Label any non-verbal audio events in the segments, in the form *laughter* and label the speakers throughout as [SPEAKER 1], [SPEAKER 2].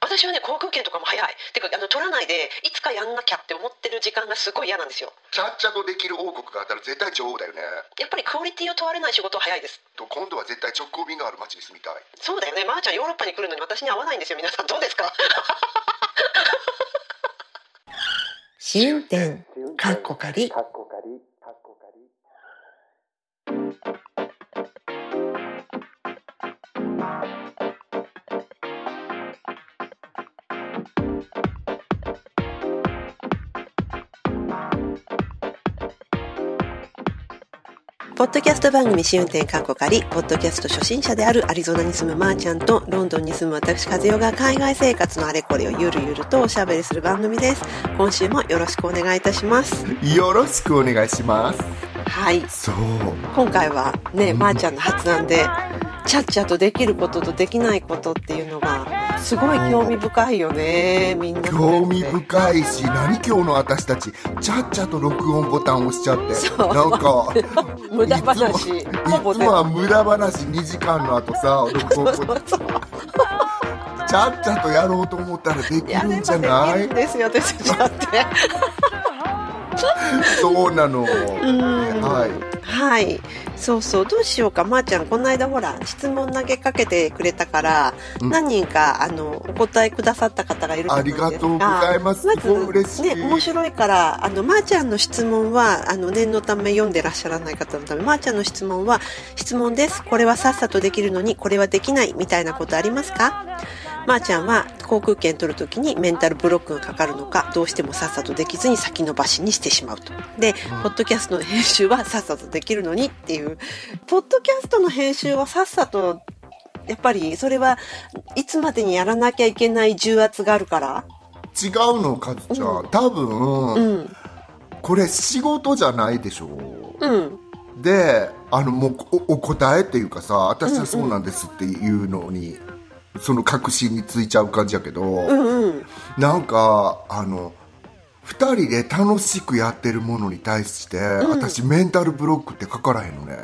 [SPEAKER 1] はね航空券とかも早いてかあの取らないでいつかやんなきゃって思ってる時間がすごい嫌なんですよ
[SPEAKER 2] ちゃっちゃとできる王国があったら絶対女王だよね
[SPEAKER 1] やっぱりクオリティを問われない仕事は早いです
[SPEAKER 2] と今度は絶対直行便がある街に住みたい
[SPEAKER 1] そうだよねまー、ちゃんヨーロッパに来るのに私に合わないんですよ皆さんどうですか
[SPEAKER 3] 試運転かっこかり
[SPEAKER 2] かっこかりかっこかり
[SPEAKER 1] ポッドキャスト番組試運転韓国あり、ポッドキャスト初心者であるアリゾナに住むまーちゃんと、ロンドンに住む私和代が海外生活のあれこれをゆるゆるとおしゃべりする番組です。今週もよろしくお願いいたします。
[SPEAKER 2] よろしくお願いします
[SPEAKER 1] はい。
[SPEAKER 2] そう
[SPEAKER 1] 今回はね、まーちゃんの発案で、ちゃっちゃとできることとできないことっていうのが、すごい興味深いよね、みんな。
[SPEAKER 2] 興味深いし何今日の私たちちゃっちゃと録音ボタン押しちゃって
[SPEAKER 1] そう
[SPEAKER 2] なんか
[SPEAKER 1] *laughs* 無駄話。
[SPEAKER 2] いつ
[SPEAKER 1] ほ
[SPEAKER 2] も
[SPEAKER 1] ぼ
[SPEAKER 2] いつ
[SPEAKER 1] ね
[SPEAKER 2] もは無駄話2時間の後さ録音ボタンちゃっちゃとやろうと思ったらでき
[SPEAKER 1] やれ
[SPEAKER 2] るんじゃ
[SPEAKER 1] ばで
[SPEAKER 2] な
[SPEAKER 1] き
[SPEAKER 2] い
[SPEAKER 1] るんですよ、私たちだって。
[SPEAKER 2] そうなの
[SPEAKER 1] ん
[SPEAKER 2] はい
[SPEAKER 1] はい、そうそう、どうしようか、まー、ちゃん、この間ほら、質問投げかけてくれたから、
[SPEAKER 2] うん
[SPEAKER 1] 何人か、あの、お答えくださった方がいるじゃな
[SPEAKER 2] あ
[SPEAKER 1] いで
[SPEAKER 2] り
[SPEAKER 1] すか。
[SPEAKER 2] がとうございます
[SPEAKER 1] ます
[SPEAKER 2] ごい嬉し
[SPEAKER 1] ず、
[SPEAKER 2] い、
[SPEAKER 1] ね、面白いから、あの、まー、ちゃんの質問は、あの、念のため読んでらっしゃらない方のため、まー、ちゃんの質問は、質問です。これはさっさとできるのに、これはできない、みたいなことありますかまー、ちゃんは、航空券取るときにメンタルブロックがかかるのか、どうしてもさっさとできずに先延ばしにしてしまうと。で、
[SPEAKER 2] うん
[SPEAKER 1] ポッドキャストの編集はさっさとできるのにっていう、ポッドキャストの編集はさっさと、やっぱりそれはいつまでにやらなきゃいけない重圧があるから。
[SPEAKER 2] 違うのかずちゃん、多分、
[SPEAKER 1] うん。
[SPEAKER 2] これ仕事じゃないでしょ
[SPEAKER 1] うん。
[SPEAKER 2] であのもうおお答えっていうかさ私はそうなんですっていうのに、その確信についちゃう感じやけど、
[SPEAKER 1] うんうん。
[SPEAKER 2] なんかあの2人で楽しくやってるものに対して、私メンタルブロックってかからへんのね、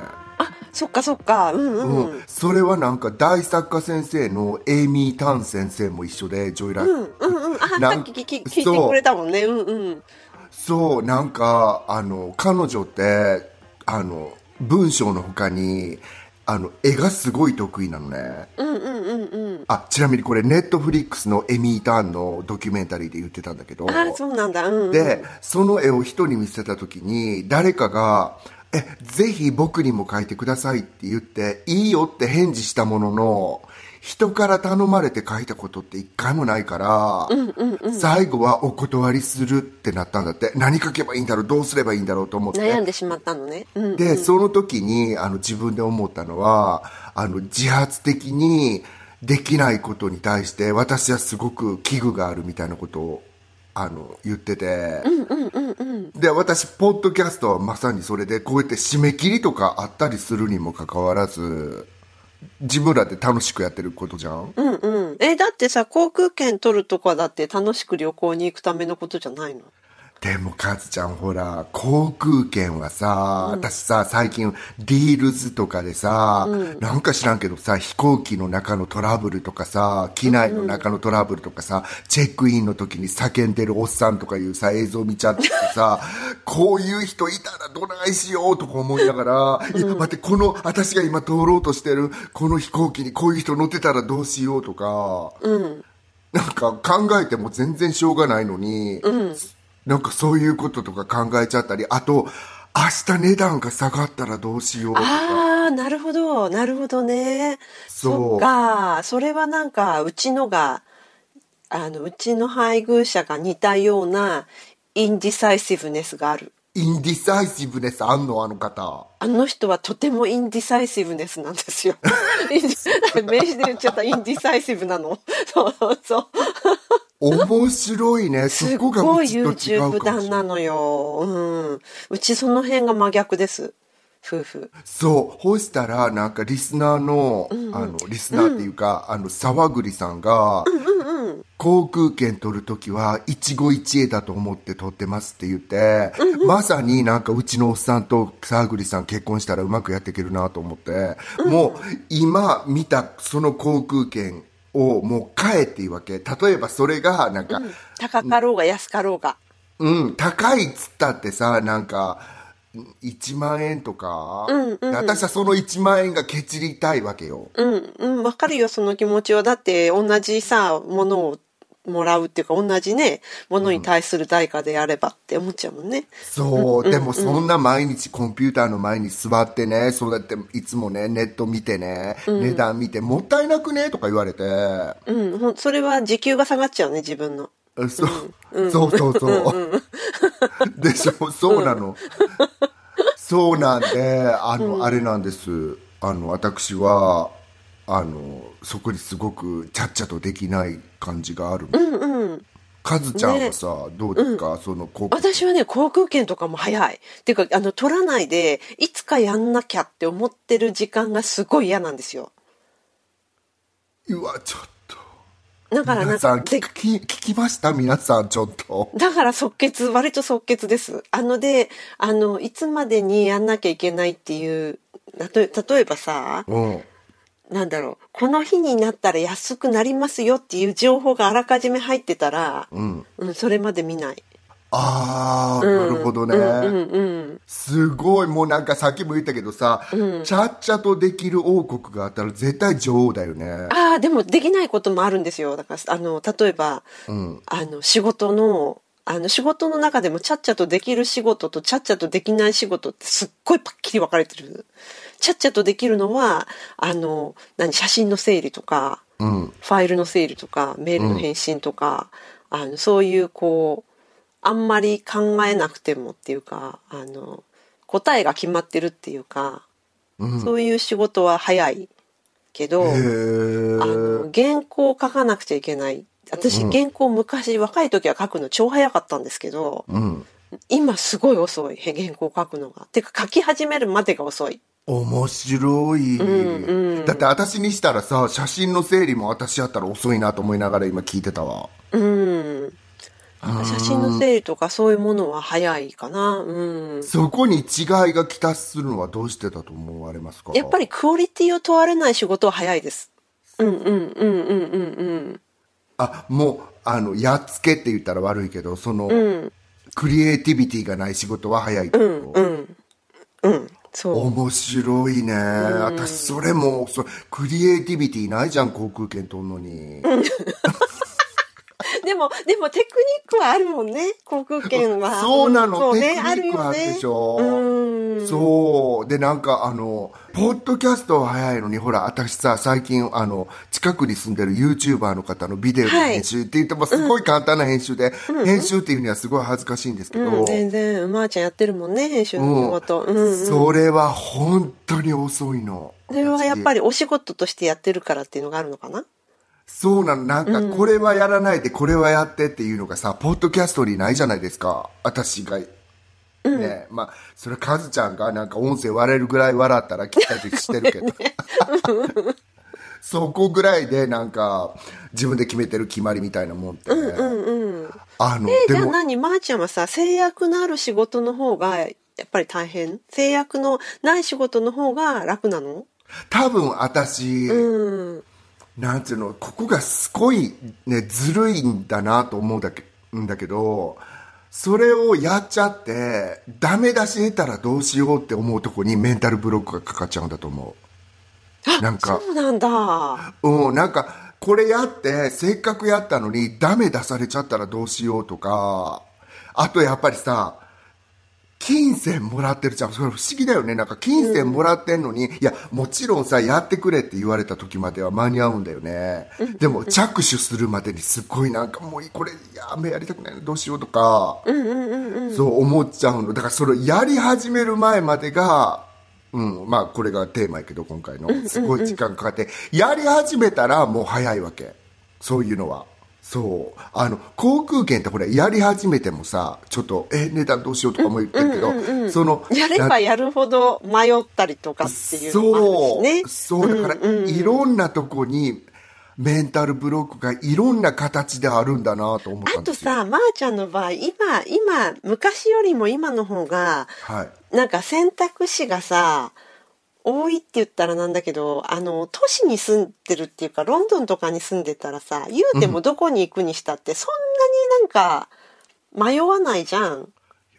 [SPEAKER 1] そっかそっか。うんう
[SPEAKER 2] うん
[SPEAKER 1] ん。うん
[SPEAKER 2] それはなんか大作家先生のエイミー・タン先生も一緒でジョイライフ、
[SPEAKER 1] うんうん。あ、
[SPEAKER 2] なん
[SPEAKER 1] さっき聞き聞いてくれたもんね。うんうん。
[SPEAKER 2] そうなんかあの彼女ってあの文章の他にあの絵がすごい得意なのね
[SPEAKER 1] うんうんうんうん。
[SPEAKER 2] あちなみにこれネットフリックスのエミー・ターンのドキュメンタリーで言ってたんだけど
[SPEAKER 1] あ、そうなんだ。うんうん。
[SPEAKER 2] でその絵を人に見せた時に誰かが「えぜひ僕にも描いてください」って言って「いいよ」って返事したものの人から頼まれて描いたことって一回もないから、最後はお断りするってなったんだって何描けばいいんだろうどうすればいいんだろうと思って
[SPEAKER 1] 悩んでしまったのね。うん。
[SPEAKER 2] で、その時にあの自分で思ったのはあの自発的にできないことに対して私はすごく危惧があるみたいなことをあの言ってて、で私ポッドキャストはまさにそれでこうやって締め切りとかあったりするにもかかわらず自分らで楽しくやってることじゃん、
[SPEAKER 1] うんうん。え、だってさ、航空券取るとかだって楽しく旅行に行くためのことじゃないの
[SPEAKER 2] でもカズちゃんほら航空券はさ、私さ最近ディールズとかでさ、なんか知らんけどさ飛行機の中のトラブルとかさ機内の中のトラブルとかさ、チェックインの時に叫んでるおっさんとかいうさ映像見ちゃって *laughs* さこういう人いたらどないしようとか思いながら、いや待ってこの私が今通ろうとしてるこの飛行機にこういう人乗ってたらどうしようとか。なんか考えても全然しょうがないのに、なんかそういうこととか考えちゃったり、あと、明日値段が下がったらどうしようとか。
[SPEAKER 1] ああ、なるほど、なるほどね。
[SPEAKER 2] そう
[SPEAKER 1] っか、それはなんか、うちのが、あの、うちの配偶者が似たような、インディサイシブネスがある。
[SPEAKER 2] インディサイシブネスあんのあの方。
[SPEAKER 1] あの人はとてもインディサイシブネスなんですよ。
[SPEAKER 2] *laughs*
[SPEAKER 1] インディ名詞で言っちゃったインディサイシブなの。そうそうそう。
[SPEAKER 2] 面白いね。そ
[SPEAKER 1] すっ
[SPEAKER 2] こが
[SPEAKER 1] ご
[SPEAKER 2] う
[SPEAKER 1] い
[SPEAKER 2] ちと違う
[SPEAKER 1] YouTube
[SPEAKER 2] かも
[SPEAKER 1] 談
[SPEAKER 2] しれな。
[SPEAKER 1] ないのよ。うん。うちその辺が真逆です。夫婦。
[SPEAKER 2] そう。ほしたら、なんかリスナーの、あの、リスナーっていうか、あの、沢栗さんが、航空券取るときは一期一会だと思って取ってますって言って、まさになんかうちのおっさんと沢栗さん結婚したらうまくやっていけるなと思って、もう今見たその航空券をもう買えっていうわけ。例えばそれが、なんか、
[SPEAKER 1] 高かろうが安かろうが。
[SPEAKER 2] うん、高いっつったってさ、なんか、1万円とか、
[SPEAKER 1] うんうんうん
[SPEAKER 2] 私はその1万円がケチりたいわけよ。
[SPEAKER 1] うん、うん、わかるよ、その気持ちは。だって、同じさ、ものをもらうっていうか、同じね、ものに対する代価であればって思っちゃうもんね。
[SPEAKER 2] そう、でもそんな毎日コンピューターの前に座ってね、そうやっていつもね、ネット見てね、値段見て、もったいなくねとか言われて、
[SPEAKER 1] うん、ほんそれは時給が下がっちゃうね、自分の。
[SPEAKER 2] そう、そうそうそう。 *laughs* でしょ、そうなの。そうなんで、あの、あれなんです。あの、私は、あの、そこにすごくちゃっちゃとできない感じがある。
[SPEAKER 1] うんうん。
[SPEAKER 2] カズちゃんはさ、どうですか、その、こう、
[SPEAKER 1] 私はね、航空券とかも早い。っていうか、あの、取らないで、いつかやんなきゃって思ってる時間がすごい嫌なんですよ。
[SPEAKER 2] うわ、ちょっと。
[SPEAKER 1] だからな
[SPEAKER 2] 皆
[SPEAKER 1] ん
[SPEAKER 2] さ
[SPEAKER 1] か、
[SPEAKER 2] ん、
[SPEAKER 1] で
[SPEAKER 2] 聞き、聞きました皆さん、ちょっと。
[SPEAKER 1] だから即決、割と即決です。あので、あの、いつまでにやんなきゃいけないっていう、なと例えばさ、
[SPEAKER 2] うん。
[SPEAKER 1] なんだろう、この日になったら安くなりますよっていう情報があらかじめ入ってたら、
[SPEAKER 2] うん。
[SPEAKER 1] うん、それまで見ない。
[SPEAKER 2] あー、なるほどね。
[SPEAKER 1] うんうん。
[SPEAKER 2] すごい、もうなんかさっきも言ったけどさ、ちゃっちゃとできる王国があったら絶対女王だよね。
[SPEAKER 1] ああ、でもできないこともあるんですよ。だから、あの、例えば、
[SPEAKER 2] うん。
[SPEAKER 1] あの、仕事の、あの、仕事の中でもちゃっちゃとできる仕事とちゃっちゃとできない仕事ってすっごいパッキリ分かれてる。ちゃっちゃとできるのは、あの、何、写真の整理とか、
[SPEAKER 2] うん。
[SPEAKER 1] ファイルの整理とか、メールの返信とか、あの、そういう、こう、あんまり考えなくてもっていうか、あの、答えが決まってるっていうか、
[SPEAKER 2] うん。
[SPEAKER 1] そういう仕事は早いけど、
[SPEAKER 2] へ
[SPEAKER 1] あ
[SPEAKER 2] ー
[SPEAKER 1] の原稿を書かなくちゃいけない私、原稿昔若い時は書くの超早かったんですけど
[SPEAKER 2] うん。
[SPEAKER 1] 今すごい遅いへ原稿を書くのがてか書き始めるまでが遅い
[SPEAKER 2] 面白い、
[SPEAKER 1] うんうん
[SPEAKER 2] だって私にしたらさ、写真の整理も私やったら遅いなと思いながら今聞いてたわ。
[SPEAKER 1] うん写真の整理とかそういうものは早いかなうん
[SPEAKER 2] そこに違いが来たするのはどうしてだと思われますか
[SPEAKER 1] やっぱりクオリティを問われない仕事は早いですうんうんうんうんうんうん
[SPEAKER 2] あ、もう、あの、やっつけって言ったら悪いけど、その、
[SPEAKER 1] うん
[SPEAKER 2] クリエイティビティがない仕事は早いって
[SPEAKER 1] う
[SPEAKER 2] こと、
[SPEAKER 1] んうんうんそう
[SPEAKER 2] 面白いね、私それもそクリエイティビティないじゃん航空券取んのに、
[SPEAKER 1] でもでもテクニックはあるもんね航空券は
[SPEAKER 2] そうなの、
[SPEAKER 1] そうね
[SPEAKER 2] テクニックはあるでしょ、
[SPEAKER 1] あるよねうん
[SPEAKER 2] そうでなんかあのポッドキャストは早いのにほら私さ最近あの近くに住んでる YouTuber の方のビデオの
[SPEAKER 1] はい
[SPEAKER 2] 編集って言ってもすごい簡単な編集で、編集っていうにはすごい恥ずかしいんですけど、
[SPEAKER 1] うん、全然、まーちゃんやってるもんね、編集の仕事。うん、うん。
[SPEAKER 2] それは本当に遅いの
[SPEAKER 1] それはやっ
[SPEAKER 2] り
[SPEAKER 1] ぱりお仕事としてやってるからっていうのがあるのかな
[SPEAKER 2] そうなの。なんか、これはやらないで、これはやってっていうのがさ、ポッドキャストにないじゃないですか。私が。ねえ、まあ、それはカズちゃんがなんか音声割れるぐらい笑ったら聞いたりしてるけど。
[SPEAKER 1] *laughs*
[SPEAKER 2] そこぐらいで、なんか、自分で決めてる決まりみたいなもんってね。
[SPEAKER 1] うんうん。
[SPEAKER 2] あの、
[SPEAKER 1] え、じ
[SPEAKER 2] で
[SPEAKER 1] ゃあ
[SPEAKER 2] も、
[SPEAKER 1] 何まーちゃんはさ、制約のある仕事の方が、やっぱり大変制約のない仕事の方が楽なの
[SPEAKER 2] 多分私、
[SPEAKER 1] うん。
[SPEAKER 2] なんていうの、ここがすごい、ね、ずるいんだなと思うんだけんだけど、それをやっちゃって、ダメ出し得たらどうしようって思うとこにメンタルブロックがかかっちゃうんだと思う。なんか、
[SPEAKER 1] そうなんだ。
[SPEAKER 2] うん、なんか、これやって、せっかくやったのに、ダメ出されちゃったらどうしようとか、あとやっぱりさ、金銭もらってるじゃん。それ不思議だよね。なんか金銭もらってんのに、いや、もちろんさ、やってくれって言われた時までは間に合うんだよね。でも着手するまでにすっごいなんかもういいこれ、やめやりたくないなどうしようとか、
[SPEAKER 1] うんうんうんうん。
[SPEAKER 2] そう思っちゃうの。だからそれやり始める前までが、うん、まあこれがテーマやけど今回の。すごい時間かかって、やり始めたらもう早いわけ。そういうのは。そう。あの、航空券ってこれやり始めてもさ、ちょっと、え、値段どうしようとかも言ってるけど、その、
[SPEAKER 1] やればやるほど迷ったりとかっていうのもあるしね。
[SPEAKER 2] そうそうだから、いろんなとこにメンタルブロックがいろんな形であるんだなと思った
[SPEAKER 1] あ
[SPEAKER 2] ん
[SPEAKER 1] と
[SPEAKER 2] ですよ。
[SPEAKER 1] さ、まーちゃんの場合、今、今、昔よりも今の方が、
[SPEAKER 2] はい。
[SPEAKER 1] なんか選択肢がさ多いって言ったらなんだけど、あの、都市に住んでるっていうか、ロンドンとかに住んでたらさ、言うてもどこに行くにしたって、そんなになんか、迷わないじゃん。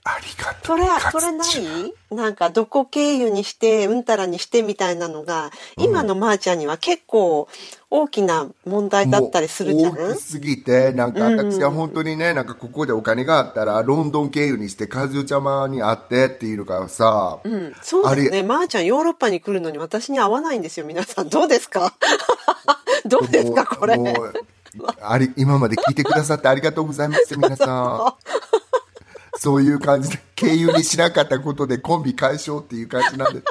[SPEAKER 2] ありがと
[SPEAKER 1] そうれ、
[SPEAKER 2] カ
[SPEAKER 1] それな
[SPEAKER 2] ズちゃん
[SPEAKER 1] いなんか、どこ経由にして、うんたらにしてみたいなのが、今のまーちゃんには結構大きな問題だったりするじゃん
[SPEAKER 2] もう大きすぎて、なんか私は本当にね、なんかここでお金があったら、ロンドン経由にして、和代ちゃまに会ってっていうのがさ、
[SPEAKER 1] うん、そうだよ
[SPEAKER 2] あ
[SPEAKER 1] ね。まー、ちゃん、ヨーロッパに来るのに私に合わないんですよ、皆さん。どうです
[SPEAKER 2] *laughs*
[SPEAKER 1] かどうですか、これ。
[SPEAKER 2] もうあり今まで聞いてくださってありがとうございます、皆さん。そういう感じで、経由にしなかったことでコンビ解消っていう感
[SPEAKER 1] *laughs*
[SPEAKER 2] じなんで。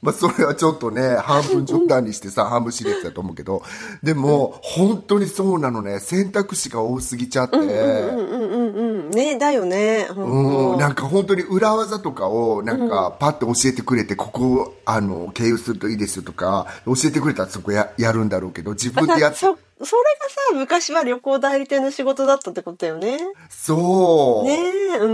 [SPEAKER 2] まあ、それはちょっとね、半分冗談にしてさ、半分シリアスだと思うけど、でも、本当にそうなのね、選択肢が多すぎちゃって、
[SPEAKER 1] うんうんうんうん。ね、だよね。
[SPEAKER 2] う
[SPEAKER 1] ほん
[SPEAKER 2] ん、
[SPEAKER 1] と
[SPEAKER 2] なんか本当に裏技とかをなんかパッて教えてくれて、ここあの経由するといいですよとか教えてくれたらそこややるんだろうけど自分で
[SPEAKER 1] だ
[SPEAKER 2] や
[SPEAKER 1] *laughs*
[SPEAKER 2] っ
[SPEAKER 1] そ、それがさ、昔は旅行代理店の仕事だったってことだよね。
[SPEAKER 2] そう、
[SPEAKER 1] ねえ、う
[SPEAKER 2] う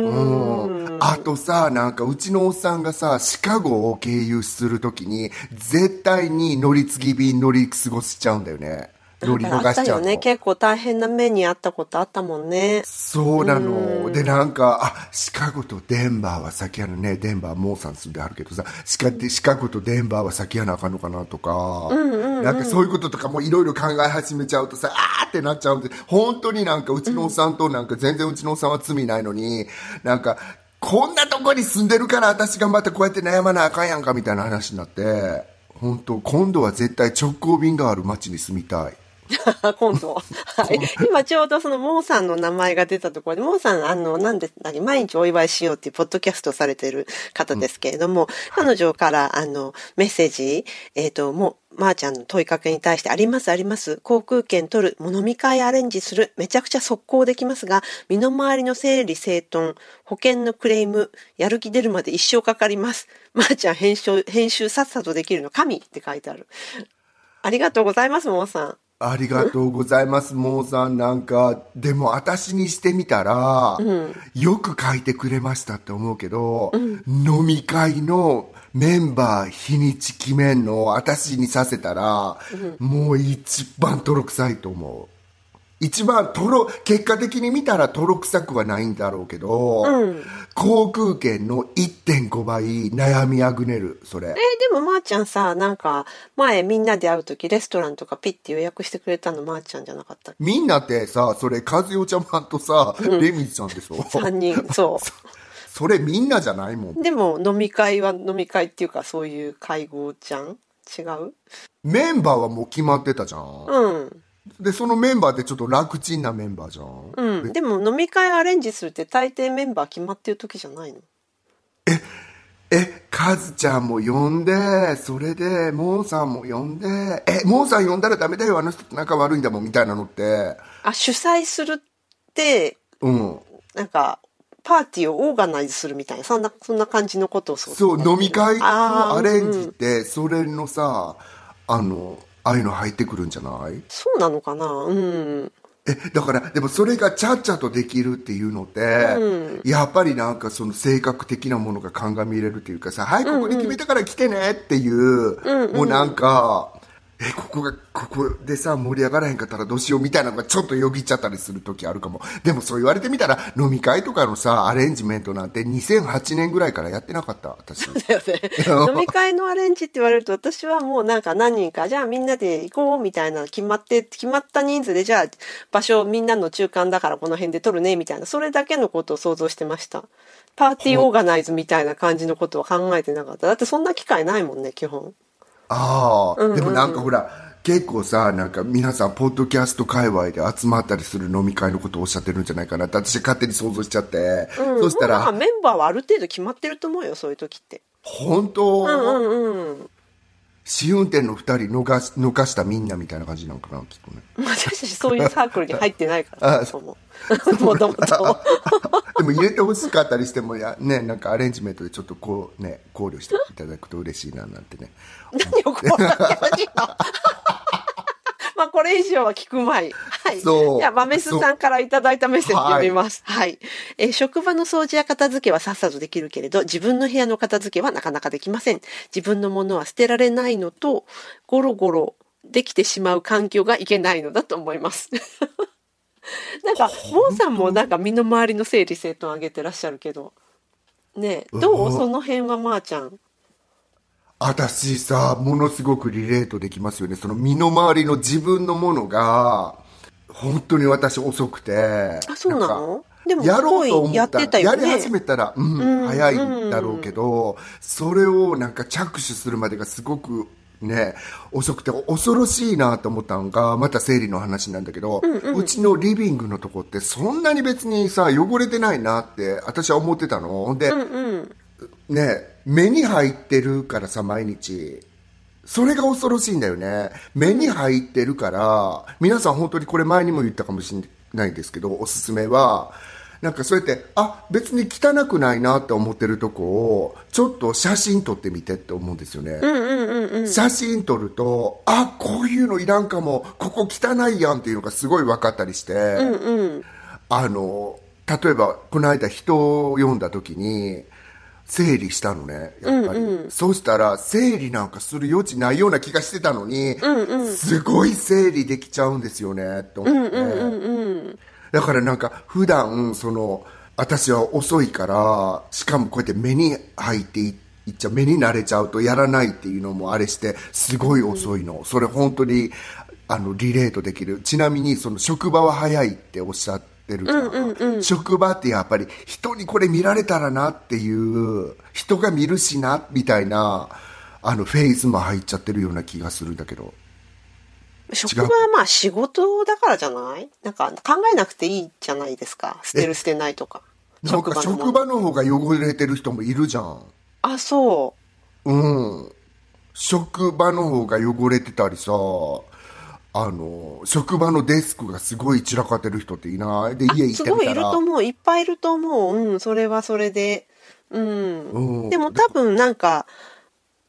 [SPEAKER 1] ん。
[SPEAKER 2] んあとさなんかうちのおっさんがさシカゴを経由するときに絶対に乗り継ぎ便乗り過ごしちゃうんだよね乗り逃
[SPEAKER 1] あっ
[SPEAKER 2] したちゃ
[SPEAKER 1] よ
[SPEAKER 2] う
[SPEAKER 1] ね。
[SPEAKER 2] の
[SPEAKER 1] 結構大変な目にあったことあったもんね。
[SPEAKER 2] そうなの。で、なんか、あ、シカゴとデンバーは先やるね。デンバーモーサンスであるけどさ、シカシカゴとデンバーは先やなあかんのかなとか、なんかそういうこととかもいろいろ考え始めちゃうとさ、あーってなっちゃうんで、本当になんかうちのおっさんとなんか全然うちのおっさんは罪ないのに、なんか、こんなとこに住んでるから私がまたこうやって悩まなあかんやんかみたいな話になって、本当今度は絶対直行便がある街に住みたい。
[SPEAKER 1] *laughs* 今度。はい。今ちょうどそのモーさんの名前が出たところで、モーさん、あの、なんで、何、毎日お祝いしようっていうポッドキャストをされている方ですけれども、彼女から、あの、メッセージ、えっ、と、もう、まー、ちゃんの問いかけに対して、ありますあります。航空券取る、もう飲み会アレンジする、めちゃくちゃ速攻できますが、身の回りの整理整頓、保険のクレーム、やる気出るまで一生かかります。まー、ちゃん編集、編集さっさとできるの神って書いてある。ありがとうございます、モーさん。
[SPEAKER 2] ありがとうございます、モーさん。なんか、でも私にしてみたら、よく書いてくれましたって思うけど、飲み会のメンバー日にち決めんの私にさせたら、もう一番とろくさいと思う。一番とろ、結果的に見たらとろくさくはないんだろうけど、航空券の1.5倍悩みあぐねる、それ
[SPEAKER 1] え。ーでもまーちゃんさなんか前みんなで会う時レストランとかピッて予約してくれたのまーちゃんじゃなかったっ
[SPEAKER 2] みんなってさ、それ、和代ちゃまとさ、レミちゃんでしょ
[SPEAKER 1] け3人そ
[SPEAKER 2] それみんなじゃないもん
[SPEAKER 1] う。でも飲み会は飲み会っていうかそういう会合じゃん違う
[SPEAKER 2] メンバーはもう決まってたじゃん。
[SPEAKER 1] うん
[SPEAKER 2] で、そのメンバーってちょっと楽ちんなメンバーじゃん。
[SPEAKER 1] うんでも飲み会アレンジするって大抵メンバー決まってる時じゃないの
[SPEAKER 2] え、カズちゃんも呼んで、それで、モンさんも呼んで、え、モンさん呼んだらダメだよ、あの人と仲悪いんだもん、みたいなのって。
[SPEAKER 1] あ主催するって
[SPEAKER 2] うん。
[SPEAKER 1] なんかパーティーをオーガナイズするみたいなそんなそんな感じのことを想像
[SPEAKER 2] そう、飲み会の
[SPEAKER 1] あー
[SPEAKER 2] アレンジって、それのさ、あの、ああいうの入ってくるんじゃない
[SPEAKER 1] そうなのかなうん
[SPEAKER 2] え、だから、でもそれがちゃっちゃとできるっていうのって、やっぱりなんかその性格的なものが鑑みれるというかさ、はい、ここで決めたから来てねっていう、もうなんか、え、ここが、ここでさ、盛り上がらへんかったらどうしようみたいなのがちょっとよぎっちゃったりする時あるかも。でもそう言われてみたら、飲み会とかのさ、アレンジメントなんて2008年ぐらいからやってなかった、私。
[SPEAKER 1] だよね飲み会のアレンジって言われると私はもうなんか何人かじゃあみんなで行こうみたいな決まって決まった人数でじゃあ場所みんなの中間だからこの辺で取るねみたいなそれだけのことを想像してましたパーティーオーガナイズみたいな感じのことは考えてなかっただってそんな機会ないもんね基本
[SPEAKER 2] ああ、でもなんかほら、結構さ、なんか皆さん、ポッドキャスト界隈で集まったりする飲み会のことをおっしゃってるんじゃないかなって、私勝手に想像しちゃって。そした
[SPEAKER 1] もうなん
[SPEAKER 2] ら、
[SPEAKER 1] かメンバーはある程度決まってると思うよそういう時って
[SPEAKER 2] 本当、
[SPEAKER 1] うんうん
[SPEAKER 2] 試運転の二人逃し、逃したみんなみたいな感じなんかな、きっとね。
[SPEAKER 1] 私たちそういうサークルに入ってないからそもそももともと
[SPEAKER 2] *laughs* でも入れてほしかったりしても、やね、なんかアレンジメントでちょっとこうね、考慮して
[SPEAKER 1] *laughs*
[SPEAKER 2] いただくと嬉しいななんてね。
[SPEAKER 1] 何をこうやってほしいのまあ、これ以上は聞くまい。はい。
[SPEAKER 2] そう
[SPEAKER 1] じゃあ、マメスさんからいただいたメッセージ読みます。はい、えー職場の掃除や片付けはさっさとできるけれど、自分の部屋の片付けはなかなかできません。自分のものは捨てられないのと、ゴロゴロできてしまう環境がいけないのだと思います。 *laughs* なんか、モンさんもなんか身の回りの整理整頓上げてらっしゃるけど。ねえ、どう
[SPEAKER 2] うわ
[SPEAKER 1] その辺はまーちゃん。
[SPEAKER 2] 私さ、ものすごくリレートできますよね。その身の回りの自分のものが、本当に私遅くて。
[SPEAKER 1] あ、そうなの
[SPEAKER 2] んか
[SPEAKER 1] でも、す
[SPEAKER 2] や
[SPEAKER 1] ご
[SPEAKER 2] ろうと思
[SPEAKER 1] い
[SPEAKER 2] った
[SPEAKER 1] や
[SPEAKER 2] ら
[SPEAKER 1] ってたよ
[SPEAKER 2] や
[SPEAKER 1] ね。
[SPEAKER 2] り始めたら、うん、
[SPEAKER 1] うん
[SPEAKER 2] 早いんだろうけど、それをなんか着手するまでがすごくね、遅くて恐ろしいなと思ったのが、また生理の話なんだけど、うちのリビングのとこってそんなに別にさ、汚れてないなって私は思ってたの。ほんで、ね、目に入ってるからさ、毎日。それが恐ろしいんだよね。目に入ってるから、皆さん本当にこれ前にも言ったかもしれないですけど、おすすめは、なんかそうやって、あ、別に汚くないなって思ってるとこを、ちょっと写真撮ってみてって思うんですよね。写真撮ると、あ、こういうのいらんかも、ここ汚いやんっていうのがすごい分かったりして、あの、例えば、この間人を読んだ時に、整理したのね、やっぱり。そうしたら、整理なんかする余地ないような気がしてたのに、すごい整理できちゃうんですよね、と思って。だからなんか、普段、その、私は遅いから、しかもこうやって目に入っていいっちゃう、目に慣れちゃうとやらないっていうのもあれして、すごい遅いの。それ本当に、あの、リレートできる。ちなみに、その、職場は早いっておっしゃってるじゃん。職場ってやっぱり、人にこれ見られたらなっていう、人が見るしな、みたいな、あの、フェーズも入っちゃってるような気がするんだけど。
[SPEAKER 1] 職場はまあ仕事だからじゃないなんか考えなくていいじゃないですか。捨てる捨てないとか。
[SPEAKER 2] なんか
[SPEAKER 1] のも
[SPEAKER 2] 職場の方が汚れてる人もいるじゃん。
[SPEAKER 1] あ、そう。
[SPEAKER 2] うん。職場の方が汚れてたりさ、あの、職場のデスクがすごい散らかってる人っていないで、
[SPEAKER 1] あ
[SPEAKER 2] 家行
[SPEAKER 1] す
[SPEAKER 2] ってみ
[SPEAKER 1] ごいい
[SPEAKER 2] た
[SPEAKER 1] る
[SPEAKER 2] ら
[SPEAKER 1] と。思う。いっぱいいると思う。うん、それはそれで。うん。
[SPEAKER 2] うん
[SPEAKER 1] でも多分なんか、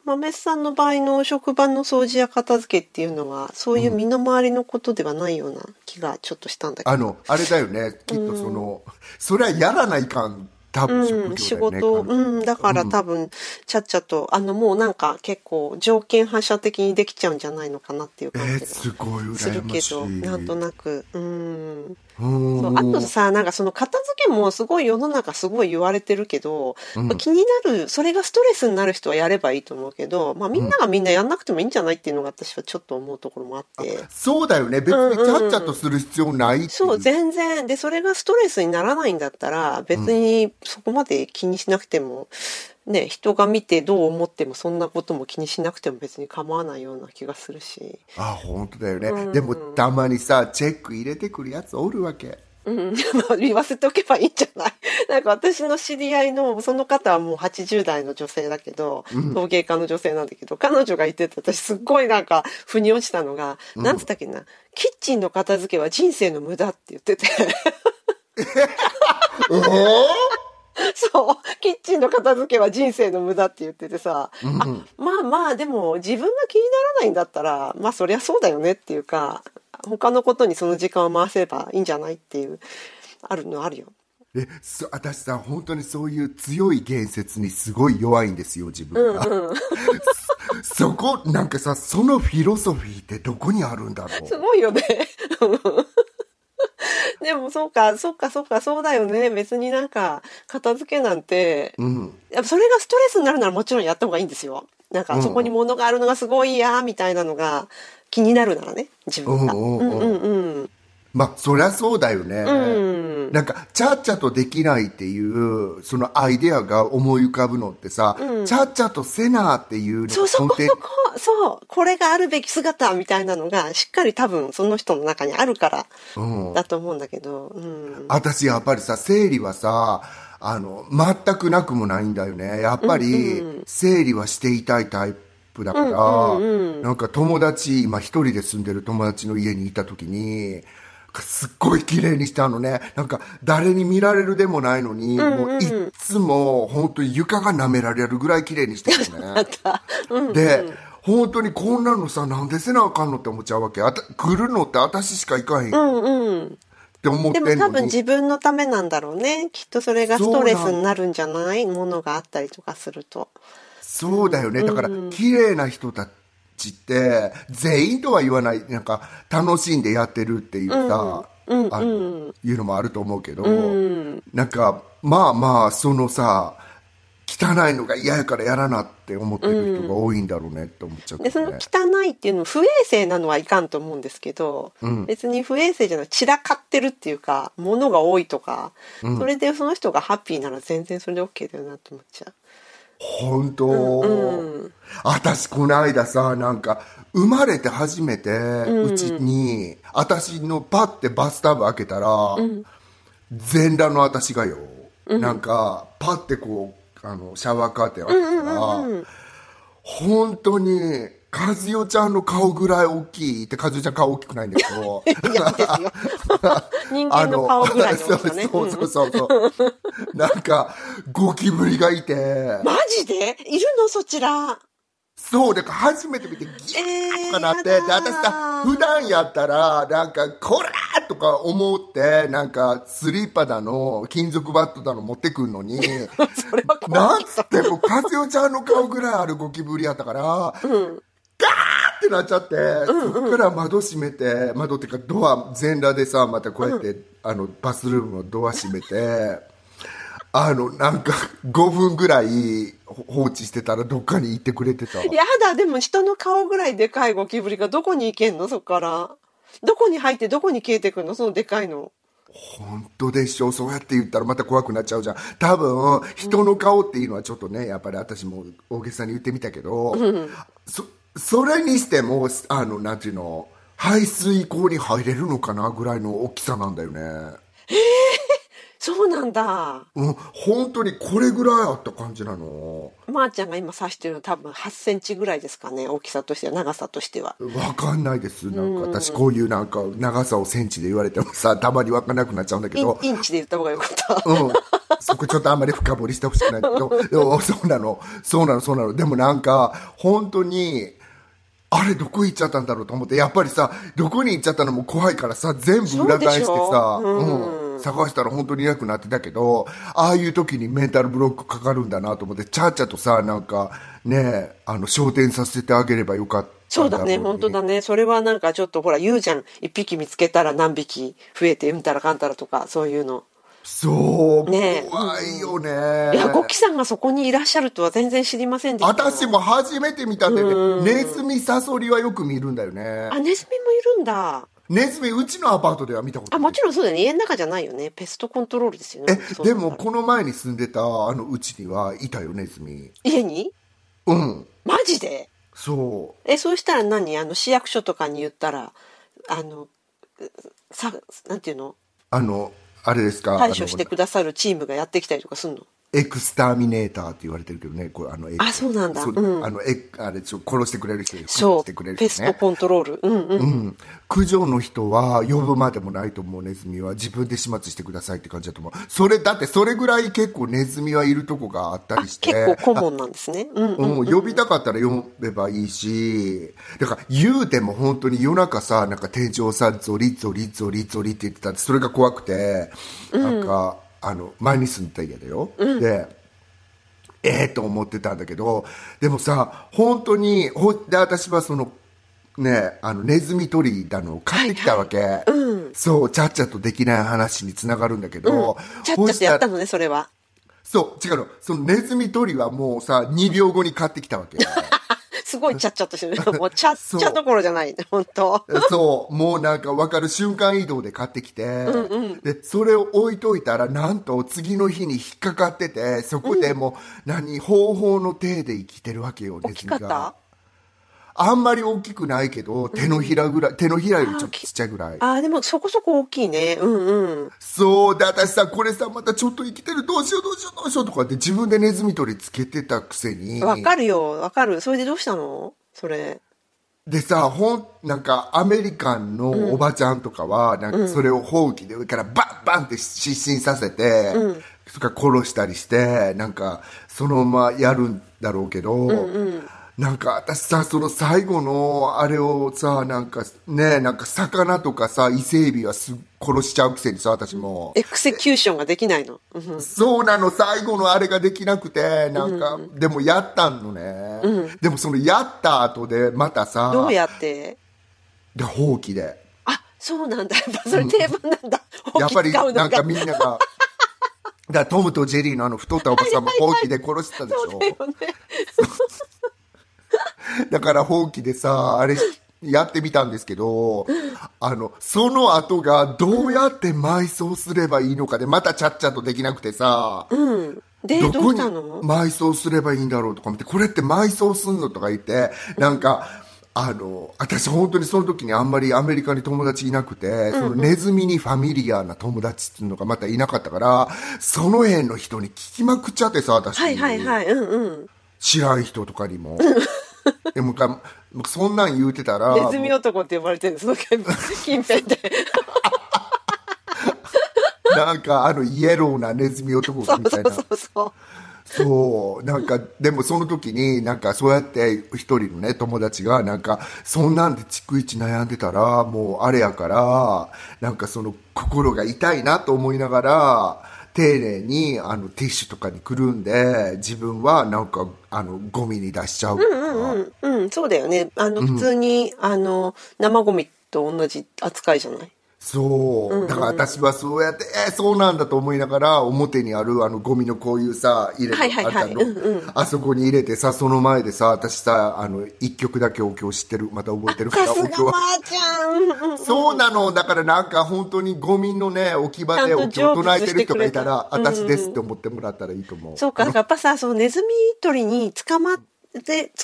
[SPEAKER 1] 豆さんの場合の職場の掃除や片付けっていうのは、そういう身の回りのことではないような気がちょっとしたんだけど。
[SPEAKER 2] あの、あれだよね。きっとその、それはやらないかん、多分職業だよ
[SPEAKER 1] う
[SPEAKER 2] ね
[SPEAKER 1] ん、。仕事、
[SPEAKER 2] 彼女
[SPEAKER 1] うん、だから多分、ちゃっちゃと、あの、もうなんか結構条件反射的にできちゃうんじゃないのかなっていう
[SPEAKER 2] え
[SPEAKER 1] 感
[SPEAKER 2] ー
[SPEAKER 1] じが
[SPEAKER 2] すごい
[SPEAKER 1] する
[SPEAKER 2] 羨ま
[SPEAKER 1] け
[SPEAKER 2] し
[SPEAKER 1] ど、
[SPEAKER 2] い。
[SPEAKER 1] なんとなく、うん。
[SPEAKER 2] うん
[SPEAKER 1] そうあとさなんかその片付けもすごい世の中すごい言われてるけど、
[SPEAKER 2] ん
[SPEAKER 1] 気になるそれがストレスになる人はやればいいと思うけど、まあ、みんながみんなやんなくてもいいんじゃないっていうのが私はちょっと思うところもあって。
[SPEAKER 2] そうだよね。別にちゃっちゃとする必要ないってい
[SPEAKER 1] そう、全然。で、それがストレスにならないんだったら、別にそこまで気にしなくても、ね、人が見てどう思っても、そんなことも気にしなくても別に構わないような気がするし。
[SPEAKER 2] あ、本当だよね。
[SPEAKER 1] うん
[SPEAKER 2] でも、たまにさ、チェック入れてくるやつおる
[SPEAKER 1] *laughs*
[SPEAKER 2] わけ。
[SPEAKER 1] うん、まあ言わせておけばいいんじゃない *laughs* なんか私の知り合いのその方はもう80代の女性だけど、陶芸家の女性なんだけど彼女が言ってて私すっごいなんか腑に落ちたのが、なんつったっけなキッチンの片付けは人生の無駄って言ってて
[SPEAKER 2] えー
[SPEAKER 1] *laughs* そうキッチンの片付けは人生の無駄って言っててさ、あまあまあでも自分が気にならないんだったらまあそりゃそうだよねっていうか他のことにその時間を回せばいいんじゃないっていうあるのあるよ。
[SPEAKER 2] えそ私さ本当にそういう強い言説にすごい弱いんですよ自分が、そそ *laughs* こなんかさそのフィロソフィーってどこにあるんだろ
[SPEAKER 1] す
[SPEAKER 2] う
[SPEAKER 1] ごいよね。 *laughs* でもそうか、そうか、そうか、そうだよね。別になんか、片付けなんて、
[SPEAKER 2] うん
[SPEAKER 1] やっぱそれがストレスになるならもちろんやった方がいいんですよ。なんか、そこに物があるのがすごい嫌、みたいなのが気になるならね、自
[SPEAKER 2] う
[SPEAKER 1] 分
[SPEAKER 2] ん
[SPEAKER 1] が。
[SPEAKER 2] うんうん、
[SPEAKER 1] うんうん。
[SPEAKER 2] まあそりゃそうだよね、
[SPEAKER 1] うん。
[SPEAKER 2] なんかちゃっちゃとできないっていうそのアイデアが思い浮かぶのってさ、ちゃっちゃとせなっていうのが
[SPEAKER 1] そう、そこ
[SPEAKER 2] 根
[SPEAKER 1] そ
[SPEAKER 2] 底
[SPEAKER 1] こ、そう、これがあるべき姿みたいなのが、しっかり多分その人の中にあるから、
[SPEAKER 2] うん
[SPEAKER 1] だと思うんだけど、うん。
[SPEAKER 2] 私やっぱりさ生理はさあの全くなくもないんだよねやっぱり生理はしていたいタイプだから、なんか友達今一人で住んでる友達の家にいた時にすっごい綺麗にしたのねなんか誰に見られるでもないのに、もうい
[SPEAKER 1] *laughs*
[SPEAKER 2] っつも本当に床が舐められるぐらい綺麗にしてるのねで、本当にこんなのさ、なんでせなあかんのって思っちゃうわけ。あた来るのって私しか行かへんっ
[SPEAKER 1] うんうん。
[SPEAKER 2] て思っ
[SPEAKER 1] で
[SPEAKER 2] てん
[SPEAKER 1] も
[SPEAKER 2] のに。
[SPEAKER 1] 多分自分のためなんだろうね。きっとそれがストレスになるんじゃないものがあったりとかすると。
[SPEAKER 2] そうだよね。だから、綺麗な人たちって、全員とは言わない、なんか、楽しんでやってるっていうさ、あのいうのもあると思うけど、なんか、まあまあ、そのさ、汚いのが嫌やからやらなって思ってる人が多いんだろうねって思っちゃう
[SPEAKER 1] で
[SPEAKER 2] け
[SPEAKER 1] そ
[SPEAKER 2] ど
[SPEAKER 1] の
[SPEAKER 2] ね。
[SPEAKER 1] 汚いっていうの不衛生なのはいかんと思うんですけど、別に不衛生じゃない散らかってるっていうか物が多いとか、それでその人がハッピーなら全然それで OK だよなと思っちゃう。
[SPEAKER 2] 本当、私この間さなんか生まれて初めてうちに、私のパッてバスタブ開けたら、全裸の私がよ、なんかパッてこうあのシャワーカーテン開けたら、本当に和代ちゃんの顔ぐらい大きいって和代ちゃん顔大きくないんだけど。
[SPEAKER 1] いやいいですよ *laughs* 人間の顔ぐらいの大きさね
[SPEAKER 2] *laughs* そうそうそうそうなんかゴキブリがいて
[SPEAKER 1] マジでいるのそちら。
[SPEAKER 2] そう、だから初めて見てギ
[SPEAKER 1] え
[SPEAKER 2] ー
[SPEAKER 1] ー
[SPEAKER 2] ッとなって、
[SPEAKER 1] や
[SPEAKER 2] で、
[SPEAKER 1] だー
[SPEAKER 2] 私さ、普段やったら、なんか、こらーとか思って、なんか、スリーパだの、金属バットだの持ってくん
[SPEAKER 1] *laughs*
[SPEAKER 2] のに、
[SPEAKER 1] それは怖い
[SPEAKER 2] なんつっても、かずよちゃんの顔ぐらいあるゴキブリやったから、ガーってなっちゃって、そっから窓閉めて、窓っていうかドア全裸でさ、またこうやって、あの、バスルームのドア閉めて、あの、なんか、5分ぐらい放置してたらどっかに行ってくれてた。
[SPEAKER 1] やだでも人の顔ぐらいでかいゴキブリがどこに行けんのそっから。どこに入ってどこに消えてくんのそのでかいの。
[SPEAKER 2] 本当でしょそうやって言ったらまた怖くなっちゃうじゃん多分人の顔っていうのはちょっとねやっぱり私も大げさに言ってみたけど、そそれにしてもあのなんていうの排水溝に入れるのかなぐらいの大きさなんだよね
[SPEAKER 1] そうなんだ。
[SPEAKER 2] うん本当にこれぐらいあった感じなの
[SPEAKER 1] まー、ちゃんが今指してるの多分8センチぐらいですかね。大きさとしては、長さとしては。
[SPEAKER 2] わかんないですなんか私こういうなんか長さをセンチで言われてもさたまにわかんなくなっちゃうんだけ
[SPEAKER 1] イン
[SPEAKER 2] ど
[SPEAKER 1] インチで言った方がよかった。
[SPEAKER 2] うん、そこちょっとあんまり深掘りしてほしくないけ
[SPEAKER 1] *laughs*
[SPEAKER 2] ど、でもそうなの、そうなの、そうなの。でもなんか、本当に、あれどこ行っちゃったんだろうと思って、やっぱりさ、どこに行っちゃったのも怖いからさ、全部裏返してさ、
[SPEAKER 1] そうでしょ
[SPEAKER 2] うん探したら本当にいなくなってたけど、ああいう時にメンタルブロックかかるんだなと思って、ちゃっちゃとさ、なんか、ね、あの、焦点させてあげればよかったん
[SPEAKER 1] そうだ
[SPEAKER 2] ろ
[SPEAKER 1] ね、
[SPEAKER 2] に
[SPEAKER 1] 本当だね。それはなんかちょっとほら、言うじゃん。一匹見つけたら何匹増えて、うんたらかんたらとか、そういうの。
[SPEAKER 2] そう、
[SPEAKER 1] ねえ
[SPEAKER 2] 怖いよね。
[SPEAKER 1] いや、ゴキさんがそこにいらっしゃるとは全然知りませんでした。
[SPEAKER 2] 私も初めて見たんだよね。ネズミ、サソリはよく見るんだよね。
[SPEAKER 1] あ、ネズミもいるんだ。
[SPEAKER 2] ネズミ、うちのアパートでは見たこと
[SPEAKER 1] あ、
[SPEAKER 2] な
[SPEAKER 1] も
[SPEAKER 2] い。
[SPEAKER 1] ちろんそうだよね。家の中じゃないよね。ペストコントロールですよね。
[SPEAKER 2] え、
[SPEAKER 1] そうだ
[SPEAKER 2] で
[SPEAKER 1] ったら
[SPEAKER 2] も、この前に住んでた、あの、うちにはいたよ、ネズミ。
[SPEAKER 1] 家に
[SPEAKER 2] うん。
[SPEAKER 1] マジで
[SPEAKER 2] そ
[SPEAKER 1] え、そうしたら何あの、市役所とかに言ったら、あの、さ、なんていうの
[SPEAKER 2] う。あの、あれですか。
[SPEAKER 1] 対処して
[SPEAKER 2] あ
[SPEAKER 1] くださるチームがやってきたりとかすんの
[SPEAKER 2] のエクスターミネーターって言われてるけどね、これ、あの、エク
[SPEAKER 1] あそうなんだうん
[SPEAKER 2] あの、え、あれ、ちょ、殺してくれる人、
[SPEAKER 1] そ
[SPEAKER 2] 殺してくれ
[SPEAKER 1] う。
[SPEAKER 2] る
[SPEAKER 1] ペス
[SPEAKER 2] 人
[SPEAKER 1] ト
[SPEAKER 2] ね。
[SPEAKER 1] コントロール。うんうん。
[SPEAKER 2] うん、駆除の人は呼ぶまでもないと思うネズミは自分で始末してくださいって感じだと思うそれだってそれぐらい結構ネズミはいるとこがあった
[SPEAKER 1] あ、
[SPEAKER 2] りし
[SPEAKER 1] 結
[SPEAKER 2] て
[SPEAKER 1] 構顧問なんですね。うんうん。
[SPEAKER 2] うん、呼びたかったら呼べばいいし、だから言うても本当に夜中さ、なんか天井さ、ゾリゾリゾリゾリって言ってたってそれが怖くて、なんか、あの、前に住んでた家だよ。で、ええと思ってたんだけど、でもさ、本当に、ほで、私はその、ね、あの、ネズミ取りだのを買ってきたわけ。そう、ちゃっちゃとできない話につながるんだけど、
[SPEAKER 1] ちゃっち
[SPEAKER 2] ほ
[SPEAKER 1] ゃ
[SPEAKER 2] し
[SPEAKER 1] とやったのね、それは。
[SPEAKER 2] そう、違うの。そのネズミ捕りはもうさ、2秒後に買ってきたわけ。
[SPEAKER 1] すごいちゃっちゃとしてる。もうちゃっ
[SPEAKER 2] そう
[SPEAKER 1] ちゃどころじゃないね、本当。
[SPEAKER 2] *laughs* そう、もうなんか分かる瞬間移動で買ってきて、で、それを置いといたら、なんと次の日に引っかかってて、そこでもう、何、方法の手で生きてるわけよ、ネ
[SPEAKER 1] 大
[SPEAKER 2] ズ
[SPEAKER 1] き
[SPEAKER 2] ミ
[SPEAKER 1] かっ
[SPEAKER 2] が
[SPEAKER 1] た。
[SPEAKER 2] あんまり大きくないけど、手のひらぐらい、手のひらよりちょっとちっちゃいぐらい。
[SPEAKER 1] ああ、でもそこそこ大きいね。うんうん。
[SPEAKER 2] そう、で、私さ、これさ、またちょっと生きてる、どうしようどうしようどうしようとかって自分でネズミ捕りつけてたくせに。
[SPEAKER 1] わかるよ、わかる。それでどうしたのそれ。
[SPEAKER 2] でさ、ほん、なんか、アメリカンのおばちゃんとかは、なんか、それを放棄で上からバンバンって失神させて、それから殺したりして、なんか、そのままやるんだろうけど、なんか私さ、その最後のあれをさ、なんかね、なんか魚とかさ、伊勢海老はす殺しちゃうくせにさ、私も。
[SPEAKER 1] エクセキューションができないの。うんうん
[SPEAKER 2] そうなの、最後のあれができなくて、なんか、でもやったのね、
[SPEAKER 1] うん
[SPEAKER 2] でもそのやった後で、またさ、
[SPEAKER 1] どうやって
[SPEAKER 2] で、放棄で。
[SPEAKER 1] あ、そうなんだ。やっぱそれ定番なんだ。
[SPEAKER 2] やっぱ
[SPEAKER 1] 大きく
[SPEAKER 2] り
[SPEAKER 1] 使う
[SPEAKER 2] な
[SPEAKER 1] の
[SPEAKER 2] んか
[SPEAKER 1] が。
[SPEAKER 2] みんな
[SPEAKER 1] *laughs*
[SPEAKER 2] が、だからトムとジェリーのあの太ったおばさんもほうきで殺してたでし
[SPEAKER 1] そう
[SPEAKER 2] ょ
[SPEAKER 1] だ。よね。
[SPEAKER 2] だからほうきでさ、あれやってみたんですけど、あの、その後がどうやって埋葬すればいいのかで、またちゃっちゃとできなくてさ、
[SPEAKER 1] うん。で、どう
[SPEAKER 2] こに
[SPEAKER 1] したの
[SPEAKER 2] 埋葬すればいいんだろうとか見て、これって埋葬すんのとか言って、なんか、あの、私本当にその時にあんまりアメリカに友達いなくて、そのネズミにファミリアな友達っていうのがまたいなかったから、その辺の人に聞きまくっちゃってさ、私。
[SPEAKER 1] はいはいはい。うんうん。
[SPEAKER 2] 知らん人とかに
[SPEAKER 1] *laughs*
[SPEAKER 2] も。でもか、僕そんなん言うてたら、
[SPEAKER 1] ネズミ男って呼ばれてるんですその近辺で。
[SPEAKER 2] なんかあのイエローなネズミ男 *laughs* みた
[SPEAKER 1] そ
[SPEAKER 2] いうな。
[SPEAKER 1] そうそうそう。
[SPEAKER 2] そう、なんか、でもその時に、なんかそうやって一人のね、友達が、なんか、そんなんで逐一悩んでたら、もうあれやから、なんかその心が痛いなと思いながら、丁寧にあのティッシュとかにくるんで、自分はなんか、あの、ゴミに出しちゃうとか、
[SPEAKER 1] うんうん、そうだよね。あの、普通に、あの、生ゴミと同じ扱いじゃない
[SPEAKER 2] そう、だから私はそうやって、えーそうなんだと思いながら、表にあるあのゴミのこういうさ、入れて、
[SPEAKER 1] はいはいはい
[SPEAKER 2] あの
[SPEAKER 1] うんうん
[SPEAKER 2] あそこに入れてさ、その前でさ、私さ、あの、一曲だけお経知ってる、また覚えてるから、
[SPEAKER 1] さす
[SPEAKER 2] お
[SPEAKER 1] が
[SPEAKER 2] 経
[SPEAKER 1] ま
[SPEAKER 2] は。
[SPEAKER 1] ーちゃんうんうん。
[SPEAKER 2] そうなの、だからなんか本当にゴミのね、置き場でお
[SPEAKER 1] ちゃ
[SPEAKER 2] 経
[SPEAKER 1] ん
[SPEAKER 2] を
[SPEAKER 1] と
[SPEAKER 2] 唱えてる人がいたら、
[SPEAKER 1] 成仏して
[SPEAKER 2] 私
[SPEAKER 1] くれた
[SPEAKER 2] ですって思ってもらったらいいと思う。
[SPEAKER 1] そうか、だからやっぱさ、そのネズミ捕りに捕まって、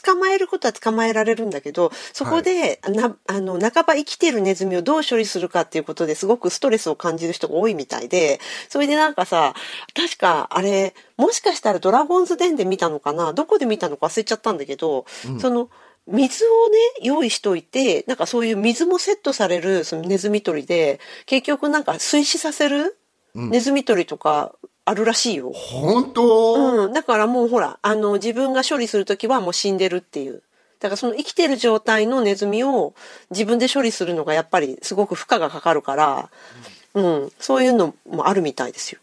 [SPEAKER 1] 捕まえることは捕まえられるんだけど、そこで、な、あの、半ば生きてるネズミをどう処理するかっていうことですごくストレスを感じる人が多いみたいで、それでなんかさ、確かあれ、もしかしたらドラゴンズデンで見たのかなどこで見たのか忘れちゃったんだけど、その、水をね、用意しといて、なんかそういう水もセットされる、そのネズミ捕りで、結局なんか水死させる、ネズミ捕りとかあるらしいよ。
[SPEAKER 2] 本当、
[SPEAKER 1] うん、だからもうほら、あの、自分が処理するときはもう死んでるっていう。だからその生きてる状態のネズミを自分で処理するのがやっぱりすごく負荷がかかるから、うん、そういうのもあるみたいですよ。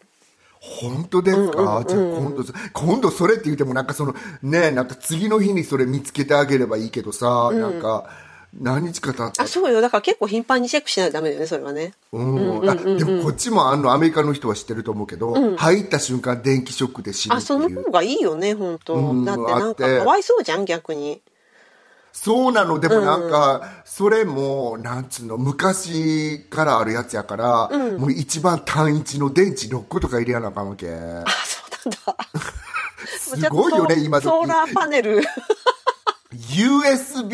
[SPEAKER 2] 本当ですか、じゃあ今度そ、今度それって言ってもなんかその、ね、なんか次の日にそれ見つけてあげればいいけどさ、なんか、何日か経った
[SPEAKER 1] あ、そうよ。だから結構頻繁にチェックしないとダメだよね、それはね。
[SPEAKER 2] うんあでもこっちもあのアメリカの人は知ってると思うけど、入った瞬間電気ショックで死ぬ
[SPEAKER 1] あ、
[SPEAKER 2] って
[SPEAKER 1] その
[SPEAKER 2] いう
[SPEAKER 1] 方がいいよね、本当、
[SPEAKER 2] うん
[SPEAKER 1] だってなんかかわいそうじゃん、逆に。
[SPEAKER 2] そうなのでもなんか、それもなんつうの昔からあるやつやから、もう一番単一の電池6個とか入れやなあかんわけ
[SPEAKER 1] あ、そうなんだ。
[SPEAKER 2] *laughs* すごいよね
[SPEAKER 1] ちょ
[SPEAKER 2] 今
[SPEAKER 1] っとソー
[SPEAKER 2] 時
[SPEAKER 1] ソーラーパネ
[SPEAKER 2] *laughs*
[SPEAKER 1] ルチ
[SPEAKER 2] USB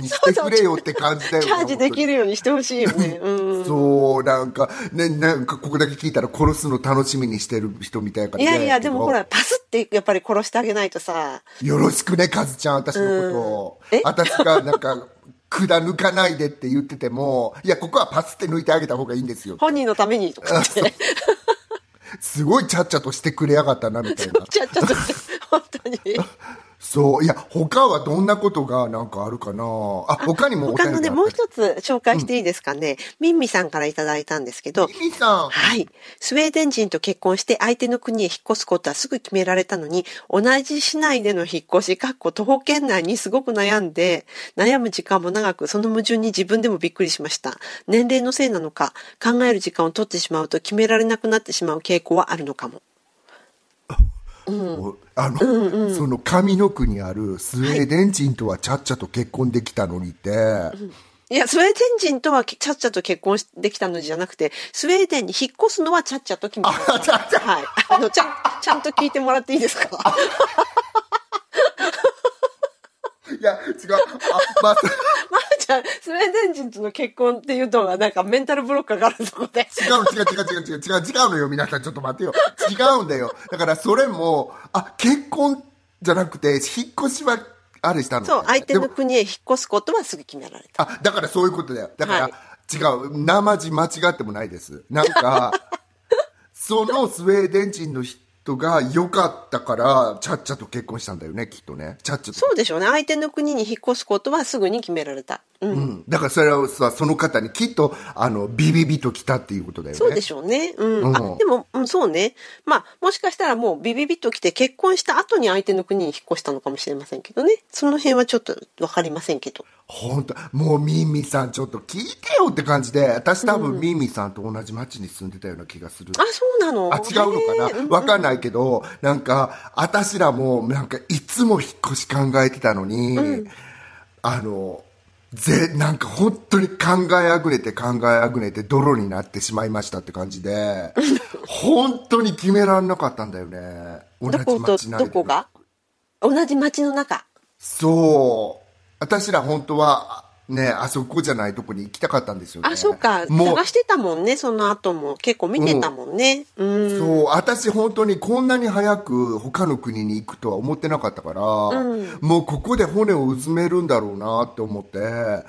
[SPEAKER 2] にしてくれよって感じだよね
[SPEAKER 1] ャージできるようにしてほしいよね。うん。
[SPEAKER 2] そう、なんか、ね、なんかここだけ聞いたら殺すの楽しみにしてる人みたいやから
[SPEAKER 1] い
[SPEAKER 2] ね
[SPEAKER 1] やいや、でもほら、。パスってやっぱり殺してあげないとさ、
[SPEAKER 2] よろしくね、カズちゃん、私のことを
[SPEAKER 1] うんえ。
[SPEAKER 2] 私がなんか、管抜かないでって言ってても、いや、ここはパスって抜いてあげた方がいいんですよ。
[SPEAKER 1] 本人のためにとか
[SPEAKER 2] *laughs*
[SPEAKER 1] って、
[SPEAKER 2] すごいちゃっちゃとしてくれやがったな、みたいな。
[SPEAKER 1] *laughs* ちゃちゃっとして、本当に。
[SPEAKER 2] そう、いや、他はどんなことがなんかあるかなあ、他 *laughs* にもお
[SPEAKER 1] 他
[SPEAKER 2] 便りが
[SPEAKER 1] のね、もう一つ紹介していいですかね。ミンミさんからいただいたんですけど、
[SPEAKER 2] ミミさん。
[SPEAKER 1] はい。スウェーデン人と結婚して相手の国へ引っ越すことはすぐ決められたのに、同じ市内での引っ越し、かっこ徒歩圏内にすごく悩んで、悩む時間も長く、その矛盾に自分でもびっくりしました。年齢のせいなのか、考える時間を取ってしまうと決められなくなってしまう傾向はあるのかも。
[SPEAKER 2] おあの、その上の句にあるスウェーデン人とはちゃっちゃと結婚できたのにって、
[SPEAKER 1] いや、スウェーデン人とはけちゃっちゃと結婚しできたのじゃなくて、スウェーデンに引っ越すのはちゃっちゃと決めま
[SPEAKER 2] あちゃっちゃ
[SPEAKER 1] はい。あの、ちゃん、ちゃんと聞いてもらっていいですか *laughs*
[SPEAKER 2] いや、違う。あ、まあ、
[SPEAKER 1] まーちゃん、スウェーデン人との結婚っていうのがなんかメンタルブロックがあるそこで。
[SPEAKER 2] 違うの、違う、違う、違う、違う、違うのよ、皆さん、ちょっと待ってよ。違うんだよ。だから、それも、あ、結婚じゃなくて、引っ越しは、あれしたのね、
[SPEAKER 1] そう、相手
[SPEAKER 2] で
[SPEAKER 1] の
[SPEAKER 2] も
[SPEAKER 1] 国へ引っ越すことはすぐ決められた。
[SPEAKER 2] あ、だからそういうことだよ。だから、
[SPEAKER 1] はい
[SPEAKER 2] 違
[SPEAKER 1] *laughs*
[SPEAKER 2] う。なまじ間違ってもないです。なんか、そのスウェーデン人のひ人が良かったから、ちゃっちゃと結婚したんだよね、きっとね。ちゃっちゃと。
[SPEAKER 1] そうでしょうね。相手の国に引っ越すことはすぐに決められた。うん。
[SPEAKER 2] うん。だからそれはさ、その方にきっと、あの、ビビビと来たっていうことだよね。
[SPEAKER 1] そうでしょうね。うん。
[SPEAKER 2] うん
[SPEAKER 1] あ、でも、うん、そうね。まあ、もしかしたらもうビビビッと来て結婚した後に相手の国に引っ越したのかもしれませんけどね。その辺はちょっとわかりませんけど。
[SPEAKER 2] 本当もうミンミンさんちょっと聞いてよって感じで、私多分ミンミンさんと同じ町に住んでたような気がする。
[SPEAKER 1] あ、そうなの。
[SPEAKER 2] あ、違うの
[SPEAKER 1] へ
[SPEAKER 2] か
[SPEAKER 1] ー
[SPEAKER 2] なわかんないけど、なんか、私らも、なんか、いつも引っ越し考えてたのに、あの、ぜ、なんか本当に考えあぐれて考えあぐれて泥になってしまいましたって感じ *laughs* で、本当に決めらんなかったんだよね。同
[SPEAKER 1] ど
[SPEAKER 2] じ
[SPEAKER 1] こと、
[SPEAKER 2] 町内で
[SPEAKER 1] どこが同じ町の中。
[SPEAKER 2] そう。私ら本当は、ね、あそこじゃないとこに行きたかったんですよね。
[SPEAKER 1] あ、そうか。
[SPEAKER 2] もう
[SPEAKER 1] 探してたもんね、その後も。結構見てたもんね。うん。
[SPEAKER 2] そう私本当にこんなに早く他の国に行くとは思ってなかったから、もうここで骨をうずめるんだろうなって思って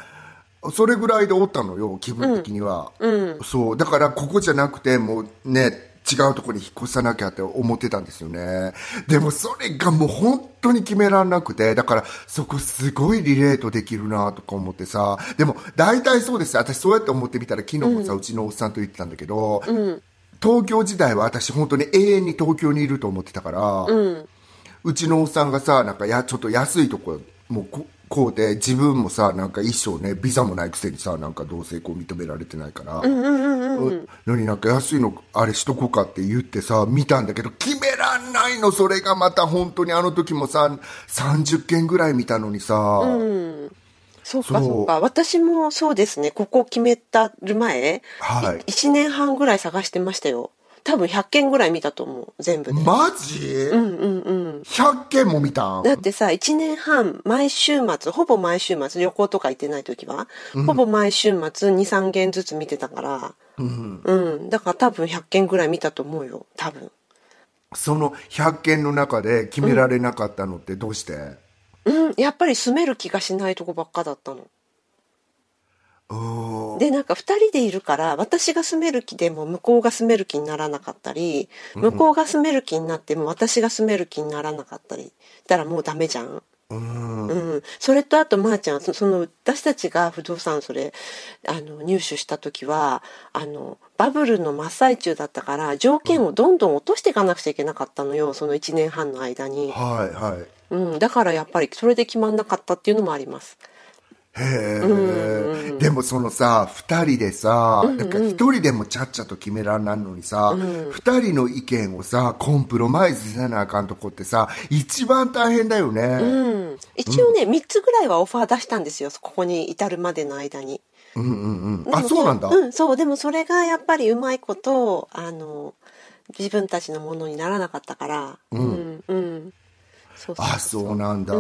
[SPEAKER 2] それぐらいでおったのよ気分的には、そうだからここじゃなくてもうね違うところに引っ越さなきゃって思ってたんですよねでもそれがもう本当に決められなくてだからそこすごいリレートできるなとか思ってさでも大体そうです私そうやって思ってみたら昨日もさ、うちのおっさんと言ってたんだけど、東京時代は私本当に永遠に東京にいると思ってたから、うちのおっさんがさなんかやちょっと安いとこもうここうで自分もさなんか一生ねビザもないくせにさなんか同性婚認められてないから、うんのになんか安いのあれしとこうかって言ってさ見たんだけど決めらんないのそれがまた本当にあの時もさ30件ぐらい見たのにさ、
[SPEAKER 1] そうか、
[SPEAKER 2] そう
[SPEAKER 1] そうか。私もそうですね。ここ決めたる前、
[SPEAKER 2] はい
[SPEAKER 1] 1年半ぐらい探してましたよ。多分100件ぐらい見たと思う、全部で。
[SPEAKER 2] マジ、100件も見たん
[SPEAKER 1] だってさ、1年半、毎週末、ほぼ毎週末、旅行とか行ってない時は、ほぼ毎週末、2、3件ずつ見てたから、うん。だから多分100件ぐらい見たと思うよ、多分。
[SPEAKER 2] その100件の中で決められなかったのってどうして、
[SPEAKER 1] うん、やっぱり住める気がしないとこばっかだったの。でなんか2人でいるから私が住める気でも向こうが住める気にならなかったり向こうが住める気になっても私が住める気にならなかったりだからもうダメじゃん。うんそれとあとまーちゃんそその私たちが不動産それあの入手した時はあのバブルの真っ最中だったから条件をどんどん落としていかなくちゃいけなかったのよその1年半の間に、
[SPEAKER 2] はいはい
[SPEAKER 1] うん、だからやっぱりそれで決まんなかったっていうのもあります。
[SPEAKER 2] へえでもそのさ2人でさなんか1人でもちゃっちゃと決めらんなんのにさ、2人の意見をさコンプロマイズせなあかんとこってさ一番大変だよね、
[SPEAKER 1] うん、一応ね、3つぐらいはオファー出したんですよここに至るまでの間に
[SPEAKER 2] うんあそうなんだ、
[SPEAKER 1] うんそうでもそれがやっぱりうまいことあの自分たちのものにならなかったからうんうんそうそう
[SPEAKER 2] あそうなんだ、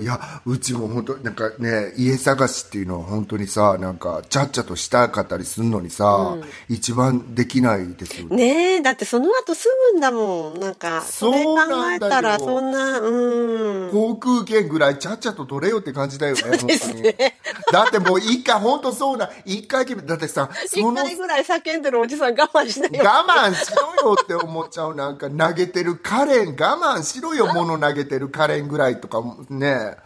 [SPEAKER 2] いやうちも本当なんかね家探しっていうのは本当にさなんかちゃっちゃとしたかったりするのにさ、一番できないですよね
[SPEAKER 1] ねえだってその後住むんだもんなんかそれ
[SPEAKER 2] そ
[SPEAKER 1] 考
[SPEAKER 2] うな
[SPEAKER 1] え
[SPEAKER 2] んだよ
[SPEAKER 1] たらそんなうん
[SPEAKER 2] 航空券ぐらいちゃっちゃと取れよって感じだよね、本当に。だってもう一回、本当そうな、一回決め、だってさ、そ
[SPEAKER 1] 1
[SPEAKER 2] の、
[SPEAKER 1] 回ぐらい叫んでるおじさん我慢しないよ
[SPEAKER 2] 我慢しろよって思っちゃう、なんか投げてるカレン、我慢しろよ、物投げてるカレンぐらいとか、ね。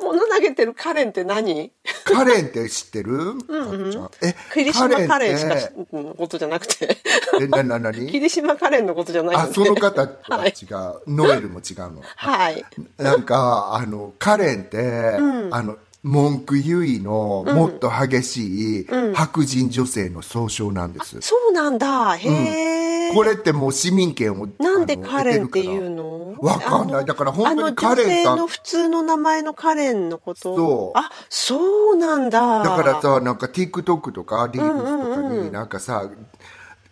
[SPEAKER 1] 物投げてるカレンって何
[SPEAKER 2] カレンって知ってるかっちゃんえ、
[SPEAKER 1] 霧島カレンしかし
[SPEAKER 2] って、
[SPEAKER 1] のことじゃなくて
[SPEAKER 2] え、な、な、なに
[SPEAKER 1] 霧島カレンのことじゃないよ
[SPEAKER 2] あ、
[SPEAKER 1] ね
[SPEAKER 2] その方と
[SPEAKER 1] は
[SPEAKER 2] はい違う。ノエルも違うの。
[SPEAKER 1] はい
[SPEAKER 2] なんか、あの、カレンって、あの、文句優位のもっと激しい白人女性の総称なんです。
[SPEAKER 1] そうなんだ。へえ、
[SPEAKER 2] これってもう市民権を。
[SPEAKER 1] なんで
[SPEAKER 2] あの
[SPEAKER 1] カレンってい
[SPEAKER 2] 得
[SPEAKER 1] う
[SPEAKER 2] るか
[SPEAKER 1] の
[SPEAKER 2] わかんない
[SPEAKER 1] あの
[SPEAKER 2] だから本当にカレン
[SPEAKER 1] あ
[SPEAKER 2] さん
[SPEAKER 1] の女性の普通の名前のカレンのこと。
[SPEAKER 2] そう
[SPEAKER 1] あ、そうなんだ。
[SPEAKER 2] らだから、さ、なんか TikTok とかリーグスとかになんかさ、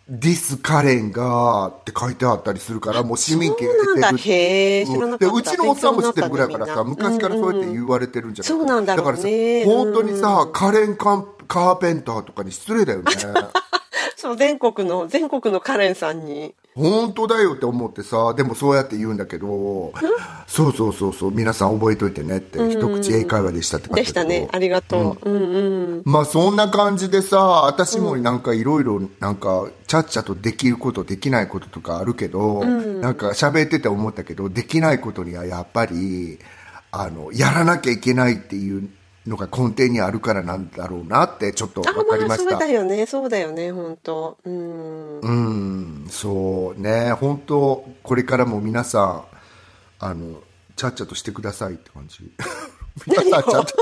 [SPEAKER 2] ディスカレンがって書いてあったりするから、もう市民権
[SPEAKER 1] そうなん
[SPEAKER 2] 得て
[SPEAKER 1] だ。
[SPEAKER 2] る。
[SPEAKER 1] へえ、知ら
[SPEAKER 2] う
[SPEAKER 1] なんか
[SPEAKER 2] で
[SPEAKER 1] った。
[SPEAKER 2] うちのおっさんも知ってるぐらいからさ、
[SPEAKER 1] 勉強
[SPEAKER 2] 昔
[SPEAKER 1] になった
[SPEAKER 2] から
[SPEAKER 1] ね
[SPEAKER 2] そうやって言われてるんじゃない
[SPEAKER 1] そうなんだろうね
[SPEAKER 2] からさ、本当にさ、カレンカンカーペンターとかに失礼だよね。
[SPEAKER 1] そう、全国の、全国のカレンさんに。
[SPEAKER 2] 本当だよって思ってさでもそうやって言うんだけどそうそうそうそう皆さん覚えといてねって、一口英会話でしたって書い
[SPEAKER 1] で
[SPEAKER 2] てあるけ
[SPEAKER 1] し
[SPEAKER 2] ど
[SPEAKER 1] たね。ありがとう。うんうん。
[SPEAKER 2] まあそんな感じでさ私もなんかいろいろなんかちゃっちゃとできることできないこととかあるけど、なんか喋ってて思ったけどできないことにはやっぱりあのやらなきゃいけないっていうのが根底にあるからなんだろうなってちょっと
[SPEAKER 1] あ、
[SPEAKER 2] 分かり
[SPEAKER 1] ま
[SPEAKER 2] ま
[SPEAKER 1] あ、そ
[SPEAKER 2] し
[SPEAKER 1] う
[SPEAKER 2] た
[SPEAKER 1] だ。よね。そうだよね、本当うん。
[SPEAKER 2] うん、そうね本当これからも皆さんあのちゃっちゃとしてくださいって感じ皆さんちゃっちゃと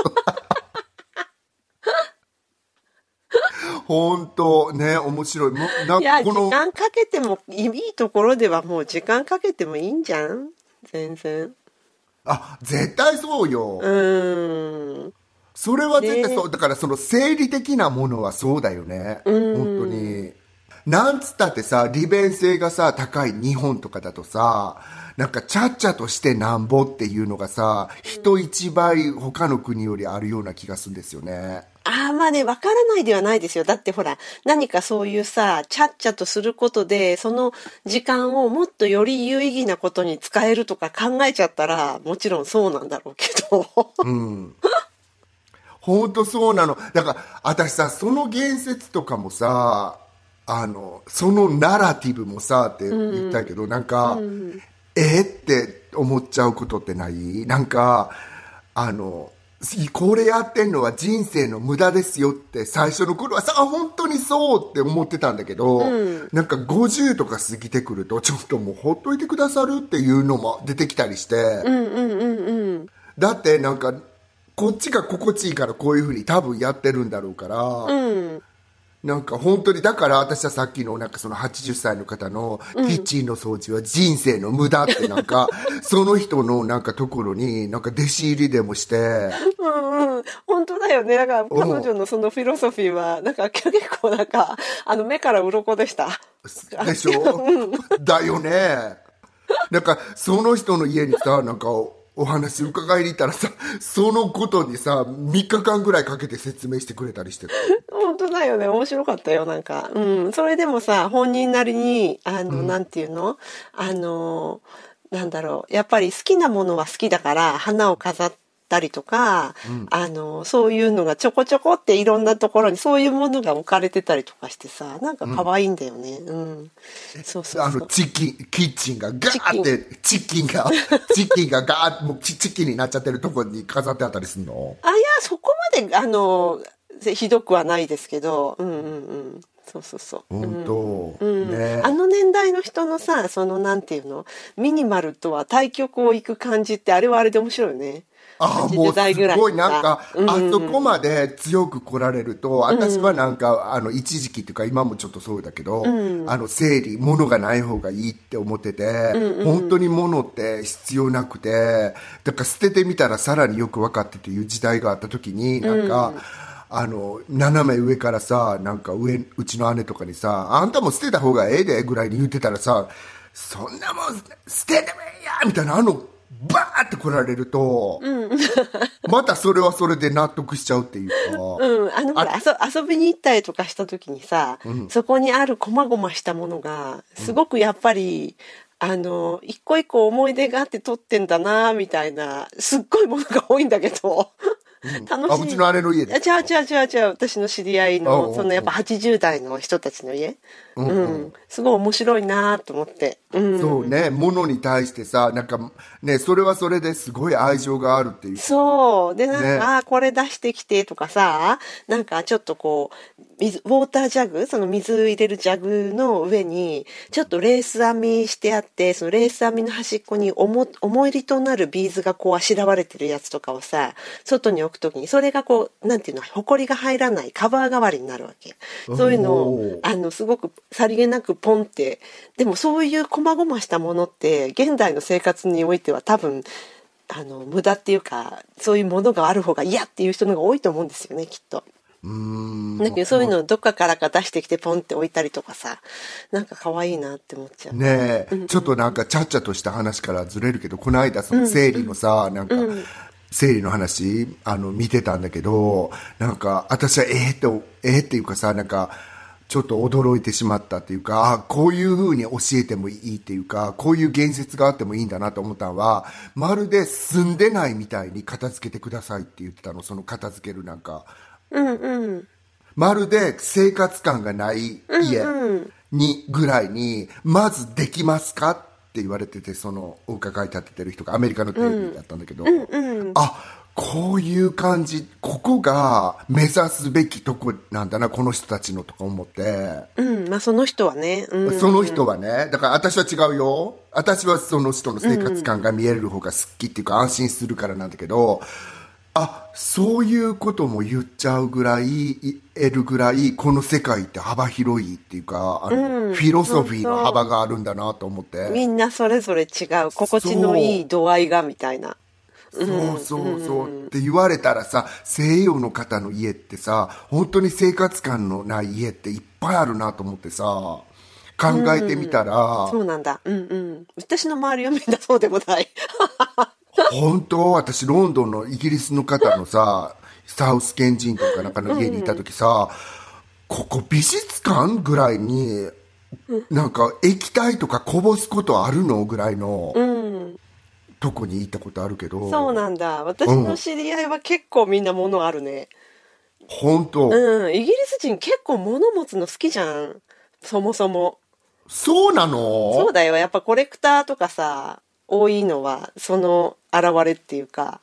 [SPEAKER 2] 本当ね面白いもうない
[SPEAKER 1] や、
[SPEAKER 2] こ
[SPEAKER 1] 時
[SPEAKER 2] の
[SPEAKER 1] 間かけても、いいところではもう時間かけてもいいんじゃん全然。
[SPEAKER 2] あ絶対そうよ、
[SPEAKER 1] うん。
[SPEAKER 2] それは絶対そう、だからその生理的なものはそうだよね、本当になんつったってさ利便性がさ高い日本とかだとさなんかちゃっちゃとしてなんぼっていうのがさ人一倍他の国よりあるような気がするんですよね
[SPEAKER 1] ああ、まあね、わからないではないですよ。だってほら、何かそういうさ、ちゃっちゃとすることで、その時間をもっとより有意義なことに使えるとか考えちゃったら、もちろんそうなんだろうけど。
[SPEAKER 2] 本当そうなのだから私さその言説とかもさあのそのナラティブもさって言ったけど、なんか、えって思っちゃうことってないなんかあのこれやってんのは人生の無駄ですよって最初の頃はさあ本当にそうって思ってたんだけど、なんか50とか過ぎてくるとちょっともうほっといてくださるっていうのも出てきたりして、
[SPEAKER 1] うんうんうんうん。
[SPEAKER 2] だってなんかこっちが心地いいからこういうふうに多分やってるんだろうから、
[SPEAKER 1] うん。
[SPEAKER 2] なんか本当にだから私はさっきのなんかその80歳の方のキッチンの掃除は人生の無駄ってなんか、その人のなんかところになんか弟子入りでもして
[SPEAKER 1] うんうん、本当だよね。だから彼女のそのフィロソフィーは、なんか結構なんか、あの目から鱗でした。
[SPEAKER 2] でしょだよねなんかその人の家にさなんかおお話伺いに行ったらさそのことにさ3日間ぐらいかけて説明してくれたりしてた
[SPEAKER 1] 本当だよね。面白かったよ、なんか。うん。それでもさ、本人なりに、あの、なんていうのあの、なんだろう。やっぱり好きなものは好きだから、花を飾ったりとか、あの、そういうのがちょこちょこっていろんなところに、そういうものが置かれてたりとかしてさ、なんか可愛いんだよね。うん。そうそう
[SPEAKER 2] あ
[SPEAKER 1] そ
[SPEAKER 2] の
[SPEAKER 1] う。
[SPEAKER 2] チキンキッチンがガーってチキ
[SPEAKER 1] *laughs*
[SPEAKER 2] ンがチキンがガーってもうチチキンになっちゃってるとこに飾ってあったりするの
[SPEAKER 1] あ、いや、そこまで、あの、ぜひどくはないですけど、うんうんうん。そうそうそう。うん
[SPEAKER 2] 本当、
[SPEAKER 1] うん
[SPEAKER 2] ね
[SPEAKER 1] あの年代の人のさそのなんていうのミニマルとは対極を行く感じってあれはあれで面白いよね。
[SPEAKER 2] ああもう
[SPEAKER 1] 80代ぐら
[SPEAKER 2] す
[SPEAKER 1] い
[SPEAKER 2] ごいなんか、
[SPEAKER 1] うんうん
[SPEAKER 2] あそこまで強く来られると私はなんか、あの一時期っていうか今もちょっとそうだけど、あの整理物がない方がいいって思ってて、本当に物って必要なくてだから捨ててみたらさらによく分かってっていう時代があった時になんか。あの斜め上からさなんか上うちの姉とかにさ「あんたも捨てた方がええで」ぐらいに言ってたらさ「そんなもん捨ててもええや!」みたいなあのバーって来られると、 *laughs* またそれはそれで納得しちゃうっていうか、
[SPEAKER 1] うん、あのほら遊遊びに行ったりとかした時にさ、そこにある細々したものがすごくやっぱり、あの一個一個思い出があって撮ってんだなみたいなすっごいものが多いんだけど、楽しいう
[SPEAKER 2] あちの姉の家で
[SPEAKER 1] あ、違う違う違う違う。私の知り合い
[SPEAKER 2] おうおうお
[SPEAKER 1] の、
[SPEAKER 2] う
[SPEAKER 1] そのやっぱ80代の人たちの家。うん、すごい面白いなと思って。うん。
[SPEAKER 2] そうね物に対してさなんかねそれはそれですごい愛情があるっていう
[SPEAKER 1] そう。で、なんか、
[SPEAKER 2] ね
[SPEAKER 1] あーこれ出してきてとかさ、なんかちょっとこう、水、ウォータージャグ、その水入れるジャグの上に、ちょっとレース編みしてあって、そのレース編みの端っこに思、思い入りとなるビーズがこうあしらわれてるやつとかをさ、外に置くときに、それがこう、なんていうの、埃が入らないカバー代わりになるわけ。そういうの
[SPEAKER 2] お
[SPEAKER 1] を
[SPEAKER 2] ー、
[SPEAKER 1] あの、すごくさりげなくポンって、でもそういう細々したものって、現代の生活においては多分、あの、無駄っていうか、そういうものがある方が嫌っていう人の方が多いと思うんですよね、きっと。
[SPEAKER 2] うーん
[SPEAKER 1] だけどそういうのをどっかからか出してきてポンって置いたりとかさ、なんか可愛いなって思っちゃう。
[SPEAKER 2] ねえ、ちょっとなんかちゃっちゃとした話からずれるけどこの間その生理のさ、なんか、生理の話あの見てたんだけどなんか私はええとええっていうかさなんかちょっと驚いてしまったっていうか、あこういう風に教えてもいいっていうか、こういう言説があってもいいんだなと思ったのは、まるで住んでないみたいに片付けてくださいって言ってたの、その片付けるなんか。
[SPEAKER 1] うんうん
[SPEAKER 2] まるで生活感がない家にぐらいに、まずできますかって言われてて、そのお伺い立ててる人がアメリカのテレビだったんだけど、あ、こういう感じ、ここが目指すべきとこなんだな、この人たちのとか思って、
[SPEAKER 1] うんまあその人はね、
[SPEAKER 2] *laughs*
[SPEAKER 1] うん、
[SPEAKER 2] その人はね、だから私は違うよ。私はその人の生活感が見える方が好きっていうか安心するからなんだけど、あ、そういうことも言っちゃうぐらい、い得るぐらい、この世界って幅広いっていうか、あの、フィロソフィーの幅があるんだなと思って。
[SPEAKER 1] みんなそれぞれ違う心地のいい度合いがみたいな
[SPEAKER 2] そうそうそうって言われたらさ西洋の方の家ってさ本当に生活感のない家っていっぱいあるなと思ってさ考えてみたら
[SPEAKER 1] そうなんだうんうん私の周りはみんなそうでもない
[SPEAKER 2] *laughs* 本当私ロンドンのイギリスの方
[SPEAKER 1] *laughs*
[SPEAKER 2] のさサウスケンジントンかなんかの家にいた時さここ美術館ぐらいになんか液体とかこぼすことあるのぐらいのとこに行ったことあるけど
[SPEAKER 1] そうなんだ私の知り合いは結構みんな物あるね
[SPEAKER 2] 本当
[SPEAKER 1] うんイギリス人結構物持つの好きじゃんそもそも
[SPEAKER 2] そうなの
[SPEAKER 1] そうだよやっぱコレクターとかさ多いのはその現れっていうか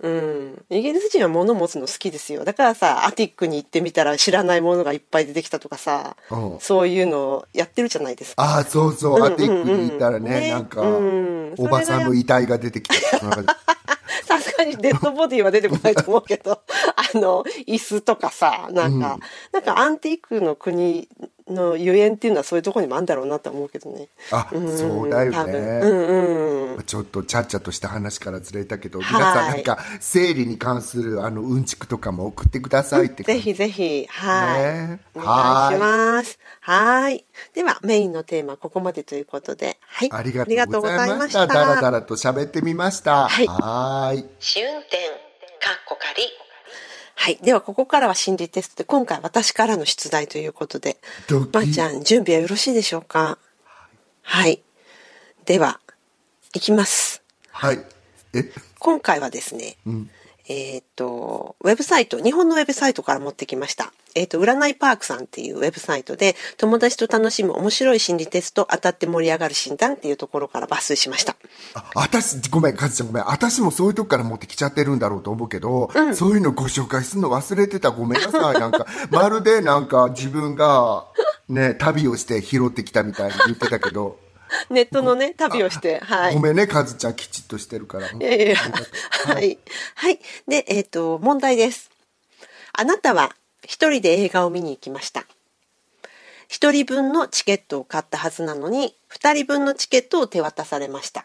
[SPEAKER 1] うんイギリス人は物持つの好きですよだからさアティックに行ってみたら知らないものがいっぱい出てきたとかさ、
[SPEAKER 2] うん
[SPEAKER 1] そういうのをやってるじゃないですか
[SPEAKER 2] ああ、そうそう、アティックにいたらね、
[SPEAKER 1] ね
[SPEAKER 2] なんか、
[SPEAKER 1] うん
[SPEAKER 2] おばさんの遺体が出てきた。なんか
[SPEAKER 1] *laughs* さすがにデッドボディは出てこないと思うけど *laughs* あの椅子とかさなんか、なんかアンティークの国のゆえんっていうのはそういうとこにもあるんだろうなと思うけどね
[SPEAKER 2] あ、そうだよ
[SPEAKER 1] 多分
[SPEAKER 2] ね。
[SPEAKER 1] うんうんうん
[SPEAKER 2] ちょっとちゃっちゃとした話からずれたけど、
[SPEAKER 1] い
[SPEAKER 2] 皆さんなんか、生理に関するあのうんちくとかも送ってくださいって
[SPEAKER 1] ぜひぜひ、はい。
[SPEAKER 2] ね
[SPEAKER 1] お願いし
[SPEAKER 2] は
[SPEAKER 1] ます。はい。では、メインのテーマ、ここまでということで。はい。
[SPEAKER 2] ありがとうございました。だらだらと喋ってみました。
[SPEAKER 1] はい
[SPEAKER 2] はーい。
[SPEAKER 3] 試運転かっこかり
[SPEAKER 1] はい。では、ここからは心理テストで、今回私からの出題ということで。
[SPEAKER 2] ドキ
[SPEAKER 1] まーちゃん、準備はよろしいでしょうかはい。では、いきます。
[SPEAKER 2] はい。え、
[SPEAKER 1] 今回はですね、えーっと、ウェブサイト、日本のウェブサイトから持ってきました。えーっと、占いパークさんっていうウェブサイトで、友達と楽しむ面白い心理テスト、当たって盛り上がる診断っていうところから抜粋しま
[SPEAKER 2] *laughs*
[SPEAKER 1] した。
[SPEAKER 2] あ私、ごめん、かずちゃんごめん。私もそういうとこから持ってきちゃってるんだろうと思うけど、そういうのご紹介するの忘れてた。ごめんなさい。なん *laughs* か、まるでなんか自分が、ね、旅をして拾ってきたみたいに言ってたけど、
[SPEAKER 1] ネットのね、旅をして、はい
[SPEAKER 2] ご。めんね、かずちゃんきちっとしてるか
[SPEAKER 1] い
[SPEAKER 2] ら。
[SPEAKER 1] やいやいや
[SPEAKER 2] ありがとう
[SPEAKER 1] はい。はい。で、えっ、と、問題です。あなたは一人で映画を見に行きました。一人分のチケットを買ったはずなのに、二人分のチケットを手渡されました。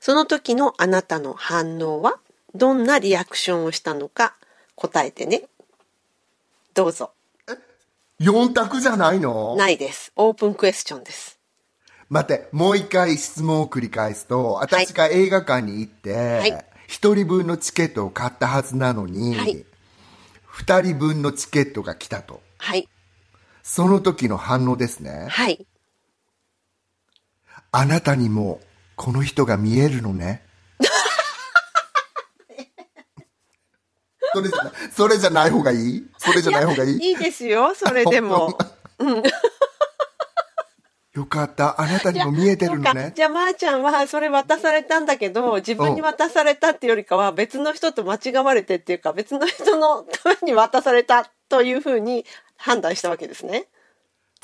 [SPEAKER 1] その時のあなたの反応は、どんなリアクションをしたのか答えてね。どうぞ。
[SPEAKER 2] 四択じゃないの
[SPEAKER 1] ないです。オープンクエスチョンです。
[SPEAKER 2] 待って、もう一回質問を繰り返すと、私が映画館に行って
[SPEAKER 1] い、
[SPEAKER 2] 一、人分のチケットを買ったはずなのに、二、
[SPEAKER 1] はい
[SPEAKER 2] 人分のチケットが来たと。
[SPEAKER 1] はい。
[SPEAKER 2] その時の反応ですね。
[SPEAKER 1] はい。
[SPEAKER 2] あなたにもこの人が見える
[SPEAKER 1] *laughs*
[SPEAKER 2] のね。それじゃなそれじゃない方がいいそれじゃない方がいい
[SPEAKER 1] いいですよ。それでも。
[SPEAKER 2] よかった。あなたにも見えてるの
[SPEAKER 1] そうか
[SPEAKER 2] ね。
[SPEAKER 1] じゃあ、まー、ちゃんはそれ渡されたんだけど、自分に渡されたっていうよりかは、別の人と間違われてっていうか、別の人のために渡されたというふうに判断したわけですね。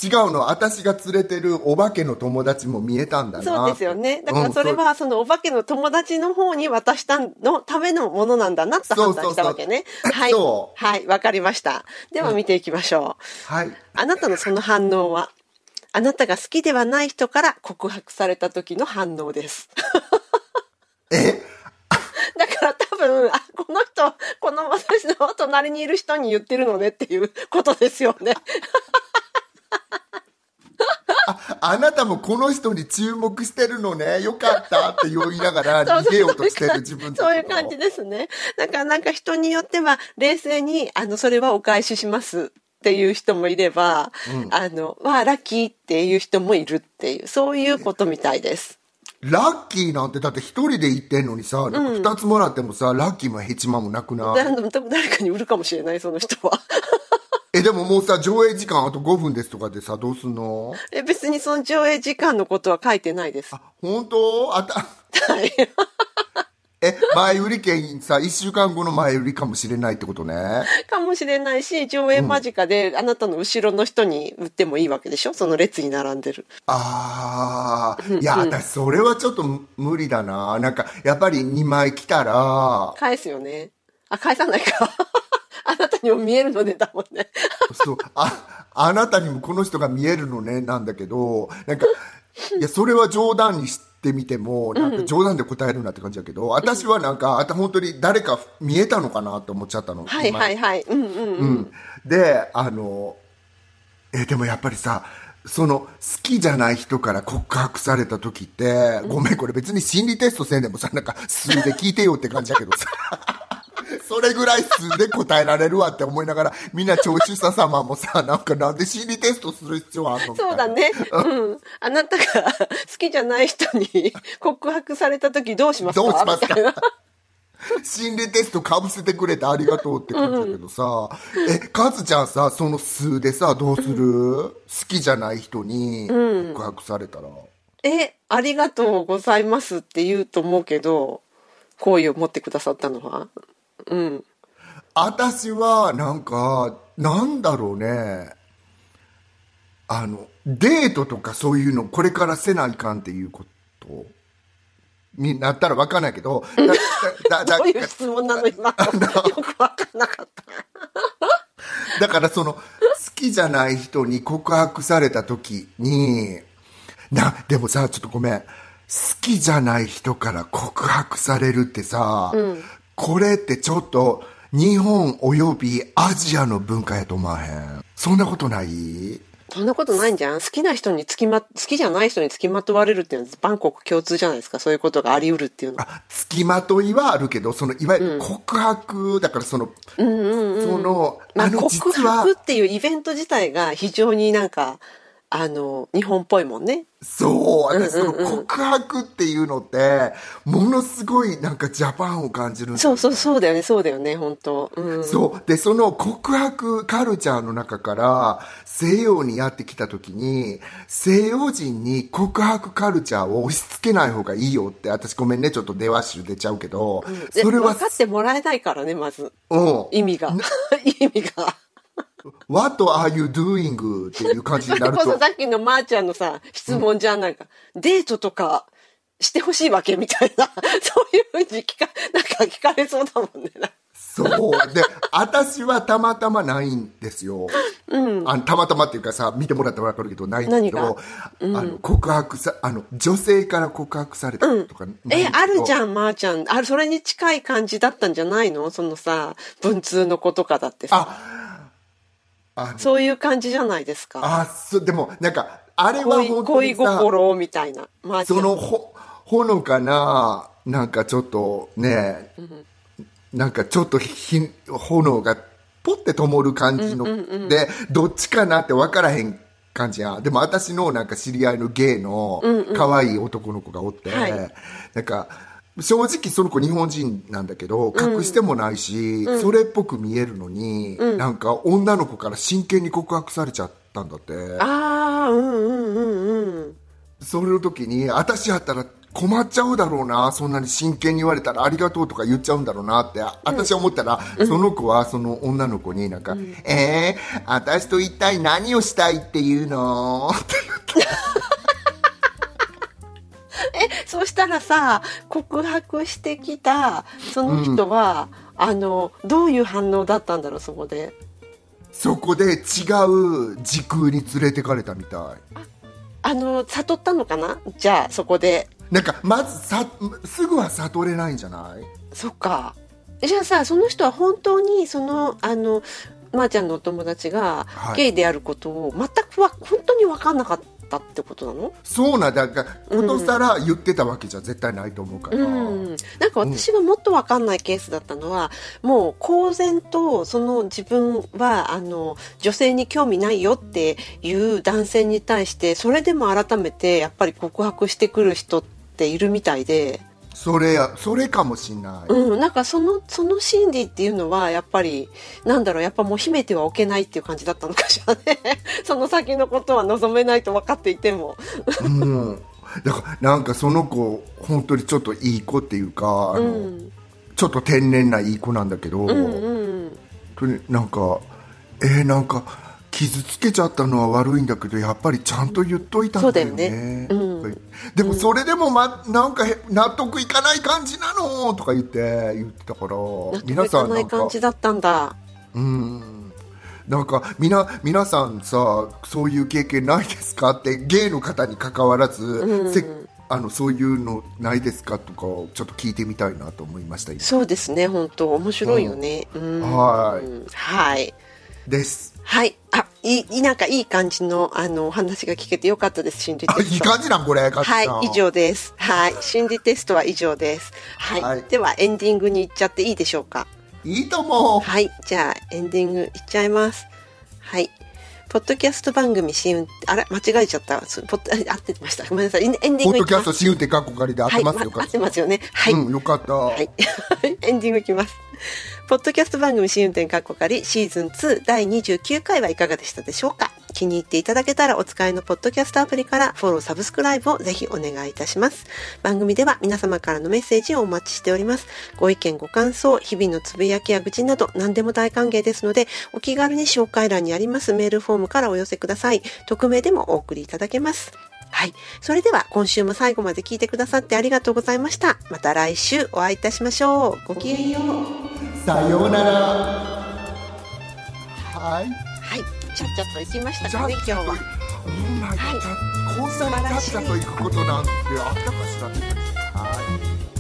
[SPEAKER 2] 違うの。私が連れてるお化けの友達も見えたんだな。
[SPEAKER 1] そうですよね。だか
[SPEAKER 2] う
[SPEAKER 1] ら
[SPEAKER 2] ん
[SPEAKER 1] それは、そのお化けの友達の方に渡したのためのものなんだなって判断したわけね
[SPEAKER 2] そうそう。そう
[SPEAKER 1] はい
[SPEAKER 2] そ。
[SPEAKER 1] はい、わかりました。では見ていきましょう。
[SPEAKER 2] はい。
[SPEAKER 1] あなたのその反応は、あなたが好きではない人から告白された時の反応です。
[SPEAKER 2] え
[SPEAKER 1] *laughs* だから多分、あ、この人、この私の隣にいる人に言ってるのねっていう *laughs* ことですよね。
[SPEAKER 2] あなたもこの人に注目してるのね。よかったって言いなが
[SPEAKER 1] *laughs*
[SPEAKER 2] ら
[SPEAKER 1] そう
[SPEAKER 2] 逃
[SPEAKER 1] そう
[SPEAKER 2] げようとしてる自分のこと
[SPEAKER 1] そういう感じですね。だからなんか人によっては、冷静に、あの、それはお返ししますっていう人もいれば、
[SPEAKER 2] うん
[SPEAKER 1] あの、まあ、ラッキーっていう人もいるっていう、そういうことみたいです。
[SPEAKER 2] ラッキーなんてだって一人で行ってんのにさ、なんか二つもらってもさ、ラッキーもヘチマもなくな
[SPEAKER 1] で
[SPEAKER 2] い
[SPEAKER 1] あの多分誰かに売るかもしれない、その人
[SPEAKER 2] *laughs*
[SPEAKER 1] は。
[SPEAKER 2] え、でももうさ、上映時間あと5分ですとかでさ、どうすんの
[SPEAKER 1] え別にその上映時間のことは書いてないです。は
[SPEAKER 2] あ、本当あた、
[SPEAKER 1] い。 *laughs*
[SPEAKER 2] え、前売り券さ、1週間後の前売りかもしれないってことね。
[SPEAKER 1] かもしれないし、上映間近であなたの後ろの人に売ってもいいわけでしょその列に並んでる。
[SPEAKER 2] ああ、いや、私それはちょっと無理だな。なんか、やっぱり2枚来たら、
[SPEAKER 1] 返すよね。あ、返さないか。 *laughs* あなたにも見えるのでだもん
[SPEAKER 2] *laughs*
[SPEAKER 1] ね。
[SPEAKER 2] そう、あ、あなたにもこの人が見えるのね、なんだけど、なんか、いや、それは冗談にしてみても、なんか冗談で答えるなって感じだけど、私はなんか、あた本当に誰か見えたのかなって思っちゃったの。
[SPEAKER 1] はい
[SPEAKER 2] 今
[SPEAKER 1] はいはい。うんうんうん。
[SPEAKER 2] うん、であのえでもやっぱりさその好きじゃない人から告白された時って、ごめんこれ別に心理テストせんでもさなんか素で聞いてよって感じだけどさ *laughs* それぐらい素で答えられるわって思いながらみんな聴取者様もさなんかなんで心理テストする必要あんのみたいな
[SPEAKER 1] そうだ
[SPEAKER 2] *laughs*
[SPEAKER 1] ね。うん。あなたが好きじゃない人に告白された時どうしますか
[SPEAKER 2] どうします
[SPEAKER 1] みたいな
[SPEAKER 2] か心理テストかぶせてくれてありがとうって感じだけどさ、え、かずちゃんさ、その数でさ、どうする、好きじゃない人に告白されたら。
[SPEAKER 1] え、ありがとうございますって言うと思うけど、好意を持ってくださったのは。うん。
[SPEAKER 2] 私は、なんか、なんだろうね。あの、デートとかそういうの、これからせないかんっていうことになったらわかんないけど、だだ
[SPEAKER 1] *laughs*
[SPEAKER 2] だ
[SPEAKER 1] どういう質問なの今。よくわかんなかった。
[SPEAKER 2] だからその好きじゃない人に告白された時になでもさちょっとごめん好きじゃない人から告白されるってさ、これってちょっと日本およびアジアの文化やと思わへんそんなことない
[SPEAKER 1] そんなことないんじゃん好きな人につきま、好きじゃない人につきまとわれるっていうのは、バンコク共通じゃないですか。そういうことがあり得るっていうのは。
[SPEAKER 2] あ付きまといはあるけどそのいわゆる告白、だからその、その
[SPEAKER 1] ま
[SPEAKER 2] あ
[SPEAKER 1] あ、
[SPEAKER 2] の
[SPEAKER 1] 告
[SPEAKER 2] 実は
[SPEAKER 1] 白っていうイベント自体が非常になんか、あの、日本っぽいもんね。
[SPEAKER 2] そう、私、その告白っていうのって、ものすごいなんかジャパンを感じるんだ
[SPEAKER 1] そうそう、そうだよね、そうだよね、本当うん。
[SPEAKER 2] そう。で、その告白カルチャーの中から西洋にやってきた時に、西洋人に告白カルチャーを押し付けない方がいいよって、私ごめんね、ちょっと電話集出ちゃうけど、
[SPEAKER 1] で
[SPEAKER 2] それは
[SPEAKER 1] 分、かってもらえないからね、まず。
[SPEAKER 2] うん。
[SPEAKER 1] 意味が。 *laughs* 意味が。
[SPEAKER 2] What are you doing? っていう感じ
[SPEAKER 1] そ
[SPEAKER 2] に
[SPEAKER 1] れ
[SPEAKER 2] なる
[SPEAKER 1] こそ
[SPEAKER 2] と
[SPEAKER 1] さ。っきのまーちゃんのさ、質問じゃん、なんか、デートとかしてほしいわけみたいな、 *laughs* そういうふうに聞か、なんか聞かれそうだもんね。
[SPEAKER 2] そう。で、私はたまたまないんですよ。あのたまたまっていうかさ、見てもらったらわかるけど、ないんだけ
[SPEAKER 1] 何が
[SPEAKER 2] ど、あの、告白さ、あの、女性から告白されたとか、
[SPEAKER 1] え、あるじ
[SPEAKER 2] ん。
[SPEAKER 1] ゃん、まー、ちゃん。あれ、それに近い感じだったんじゃないのそのさ、文通の子とかだってさ。
[SPEAKER 2] あ、あの
[SPEAKER 1] そういう感じじゃないですか。
[SPEAKER 2] あそうでもなんかあれは
[SPEAKER 1] 恋
[SPEAKER 2] 本当
[SPEAKER 1] 恋
[SPEAKER 2] にさ
[SPEAKER 1] 心みたいな。まーちゃん
[SPEAKER 2] そのほほのかななんかちょっとね、なんかちょっとひ炎がポッて灯る感じの、でどっちかなって分からへん感じやでも私のなんか知り合いのゲイの可愛い男の子がおって、
[SPEAKER 1] はい
[SPEAKER 2] なんか正直その子日本人なんだけど隠してもないし、それっぽく見えるのに、なんか女の子から真剣に告白されちゃったんだって
[SPEAKER 1] ああ、うんうんうんうん。
[SPEAKER 2] それの時に私やったら困っちゃうだろうなそんなに真剣に言われたらありがとうとか言っちゃうんだろうなってあ私は思ったら、その子はその女の子になんか「えー、私と一体何をしたいっていうの?」って
[SPEAKER 1] え、そしたらさ、告白してきた、その人は、あの、どういう反応だったんだろう、そこで。
[SPEAKER 2] そこで違う時空に連れてかれたみたい
[SPEAKER 1] あの、悟ったのかなじゃあ、そこで。
[SPEAKER 2] なんかまずさすぐは悟れないんじゃない
[SPEAKER 1] そっか。じゃあさ、その人は本当に、その、あの、まー、ちゃんのお友達が
[SPEAKER 2] は、い
[SPEAKER 1] ゲイであることを、全くわ、本当に分かんなかっったってことなの
[SPEAKER 2] そうなんだからことさら言ってたわけじゃ絶対ないと思うから、
[SPEAKER 1] うん、なんか私がもっと分かんないケースだったのは、もう公然とその自分はあの女性に興味ないよっていう男性に対してそれでも改めてやっぱり告白してくる人っているみたいで、
[SPEAKER 2] それやそれかもしんない、
[SPEAKER 1] うん、なんかそのその心理っていうのはやっぱりなんだろうやっぱもう秘めてはおけないっていう感じだったのかしらね *laughs* その先のことは望めないと分かっていても。
[SPEAKER 2] うんだからなんかその子本当にちょっといい子っていうかあ
[SPEAKER 1] う
[SPEAKER 2] の、
[SPEAKER 1] ん
[SPEAKER 2] ちょっと天然ないい子なんだけど、
[SPEAKER 1] うんうん
[SPEAKER 2] とになんかえー、なんか傷つけちゃったのは悪いんだけどやっぱりちゃんと言っといたんだよね
[SPEAKER 1] そうだよねう
[SPEAKER 2] でもそれでも、ま、なんかへ納得いかない感じなのとか言って言ってたから
[SPEAKER 1] 納得
[SPEAKER 2] 皆
[SPEAKER 1] いか
[SPEAKER 2] さん
[SPEAKER 1] な
[SPEAKER 2] ないんか
[SPEAKER 1] 感じだったんだ。
[SPEAKER 2] うんなんかみな皆さんさそういう経験ないですかってゲイの方に関わらず、せあのそういうのないですかとかをちょっと聞いてみたいなと思いました今
[SPEAKER 1] そうですね、本当面白いよね。うん、
[SPEAKER 2] はい
[SPEAKER 1] うんはい。
[SPEAKER 2] です
[SPEAKER 1] はい。あ、いいいい、なんかいい感じの、あの、お話が聞けてよかったです、心理テ
[SPEAKER 2] あい
[SPEAKER 1] ス
[SPEAKER 2] い
[SPEAKER 1] ト。
[SPEAKER 2] 感じなんこれかつち
[SPEAKER 1] は
[SPEAKER 2] ゃ
[SPEAKER 1] い
[SPEAKER 2] ん、
[SPEAKER 1] 以上です。はい。心理テストは以上です。はい。
[SPEAKER 2] はい
[SPEAKER 1] では、エンディングに行っちゃっていいでしょうか。
[SPEAKER 2] いいと思う
[SPEAKER 1] はい。じゃあ、エンディングいっちゃいます。はい。ポッドキャスト番組新運、あれ間違えちゃった。すポッドあ合ってました。ごめんなさい。エンエンディン
[SPEAKER 2] ポ
[SPEAKER 1] グ
[SPEAKER 2] ッ
[SPEAKER 1] い
[SPEAKER 2] ド
[SPEAKER 1] き
[SPEAKER 2] キャ
[SPEAKER 1] ま
[SPEAKER 2] ス
[SPEAKER 1] す。
[SPEAKER 2] トしうてかっこかりで合ってますよ、
[SPEAKER 1] はい、
[SPEAKER 2] か
[SPEAKER 1] 合っ
[SPEAKER 2] つち
[SPEAKER 1] て
[SPEAKER 2] ゃん
[SPEAKER 1] ますよね。はい。
[SPEAKER 2] うん、よかった、
[SPEAKER 1] はい。エンディングいきます。ポッドキャスト番組試運転かっこかりシーズン2第29回はいかがでしたでしょうか気に入っていただけたらお使いのポッドキャストアプリからフォロー、サブスクライブをぜひお願いいたします。番組では皆様からのメッセージをお待ちしております。ご意見、ご感想、日々のつぶやきや愚痴など何でも大歓迎ですので、お気軽に紹介欄にありますメールフォームからお寄せください。匿名でもお送りいただけます。はい。それでは今週も最後まで聞いてくださってありがとうございました。また来週お会いいたしましょう。ごきげんよう。
[SPEAKER 2] さようならは
[SPEAKER 1] は
[SPEAKER 2] い
[SPEAKER 1] い、ちゃっちゃっと行きました
[SPEAKER 2] じゃ
[SPEAKER 1] か
[SPEAKER 2] あ
[SPEAKER 1] ね、今日は。
[SPEAKER 2] お前
[SPEAKER 1] はい
[SPEAKER 2] ちゃんコンサルタッチャと行くことなんてあったかしらはい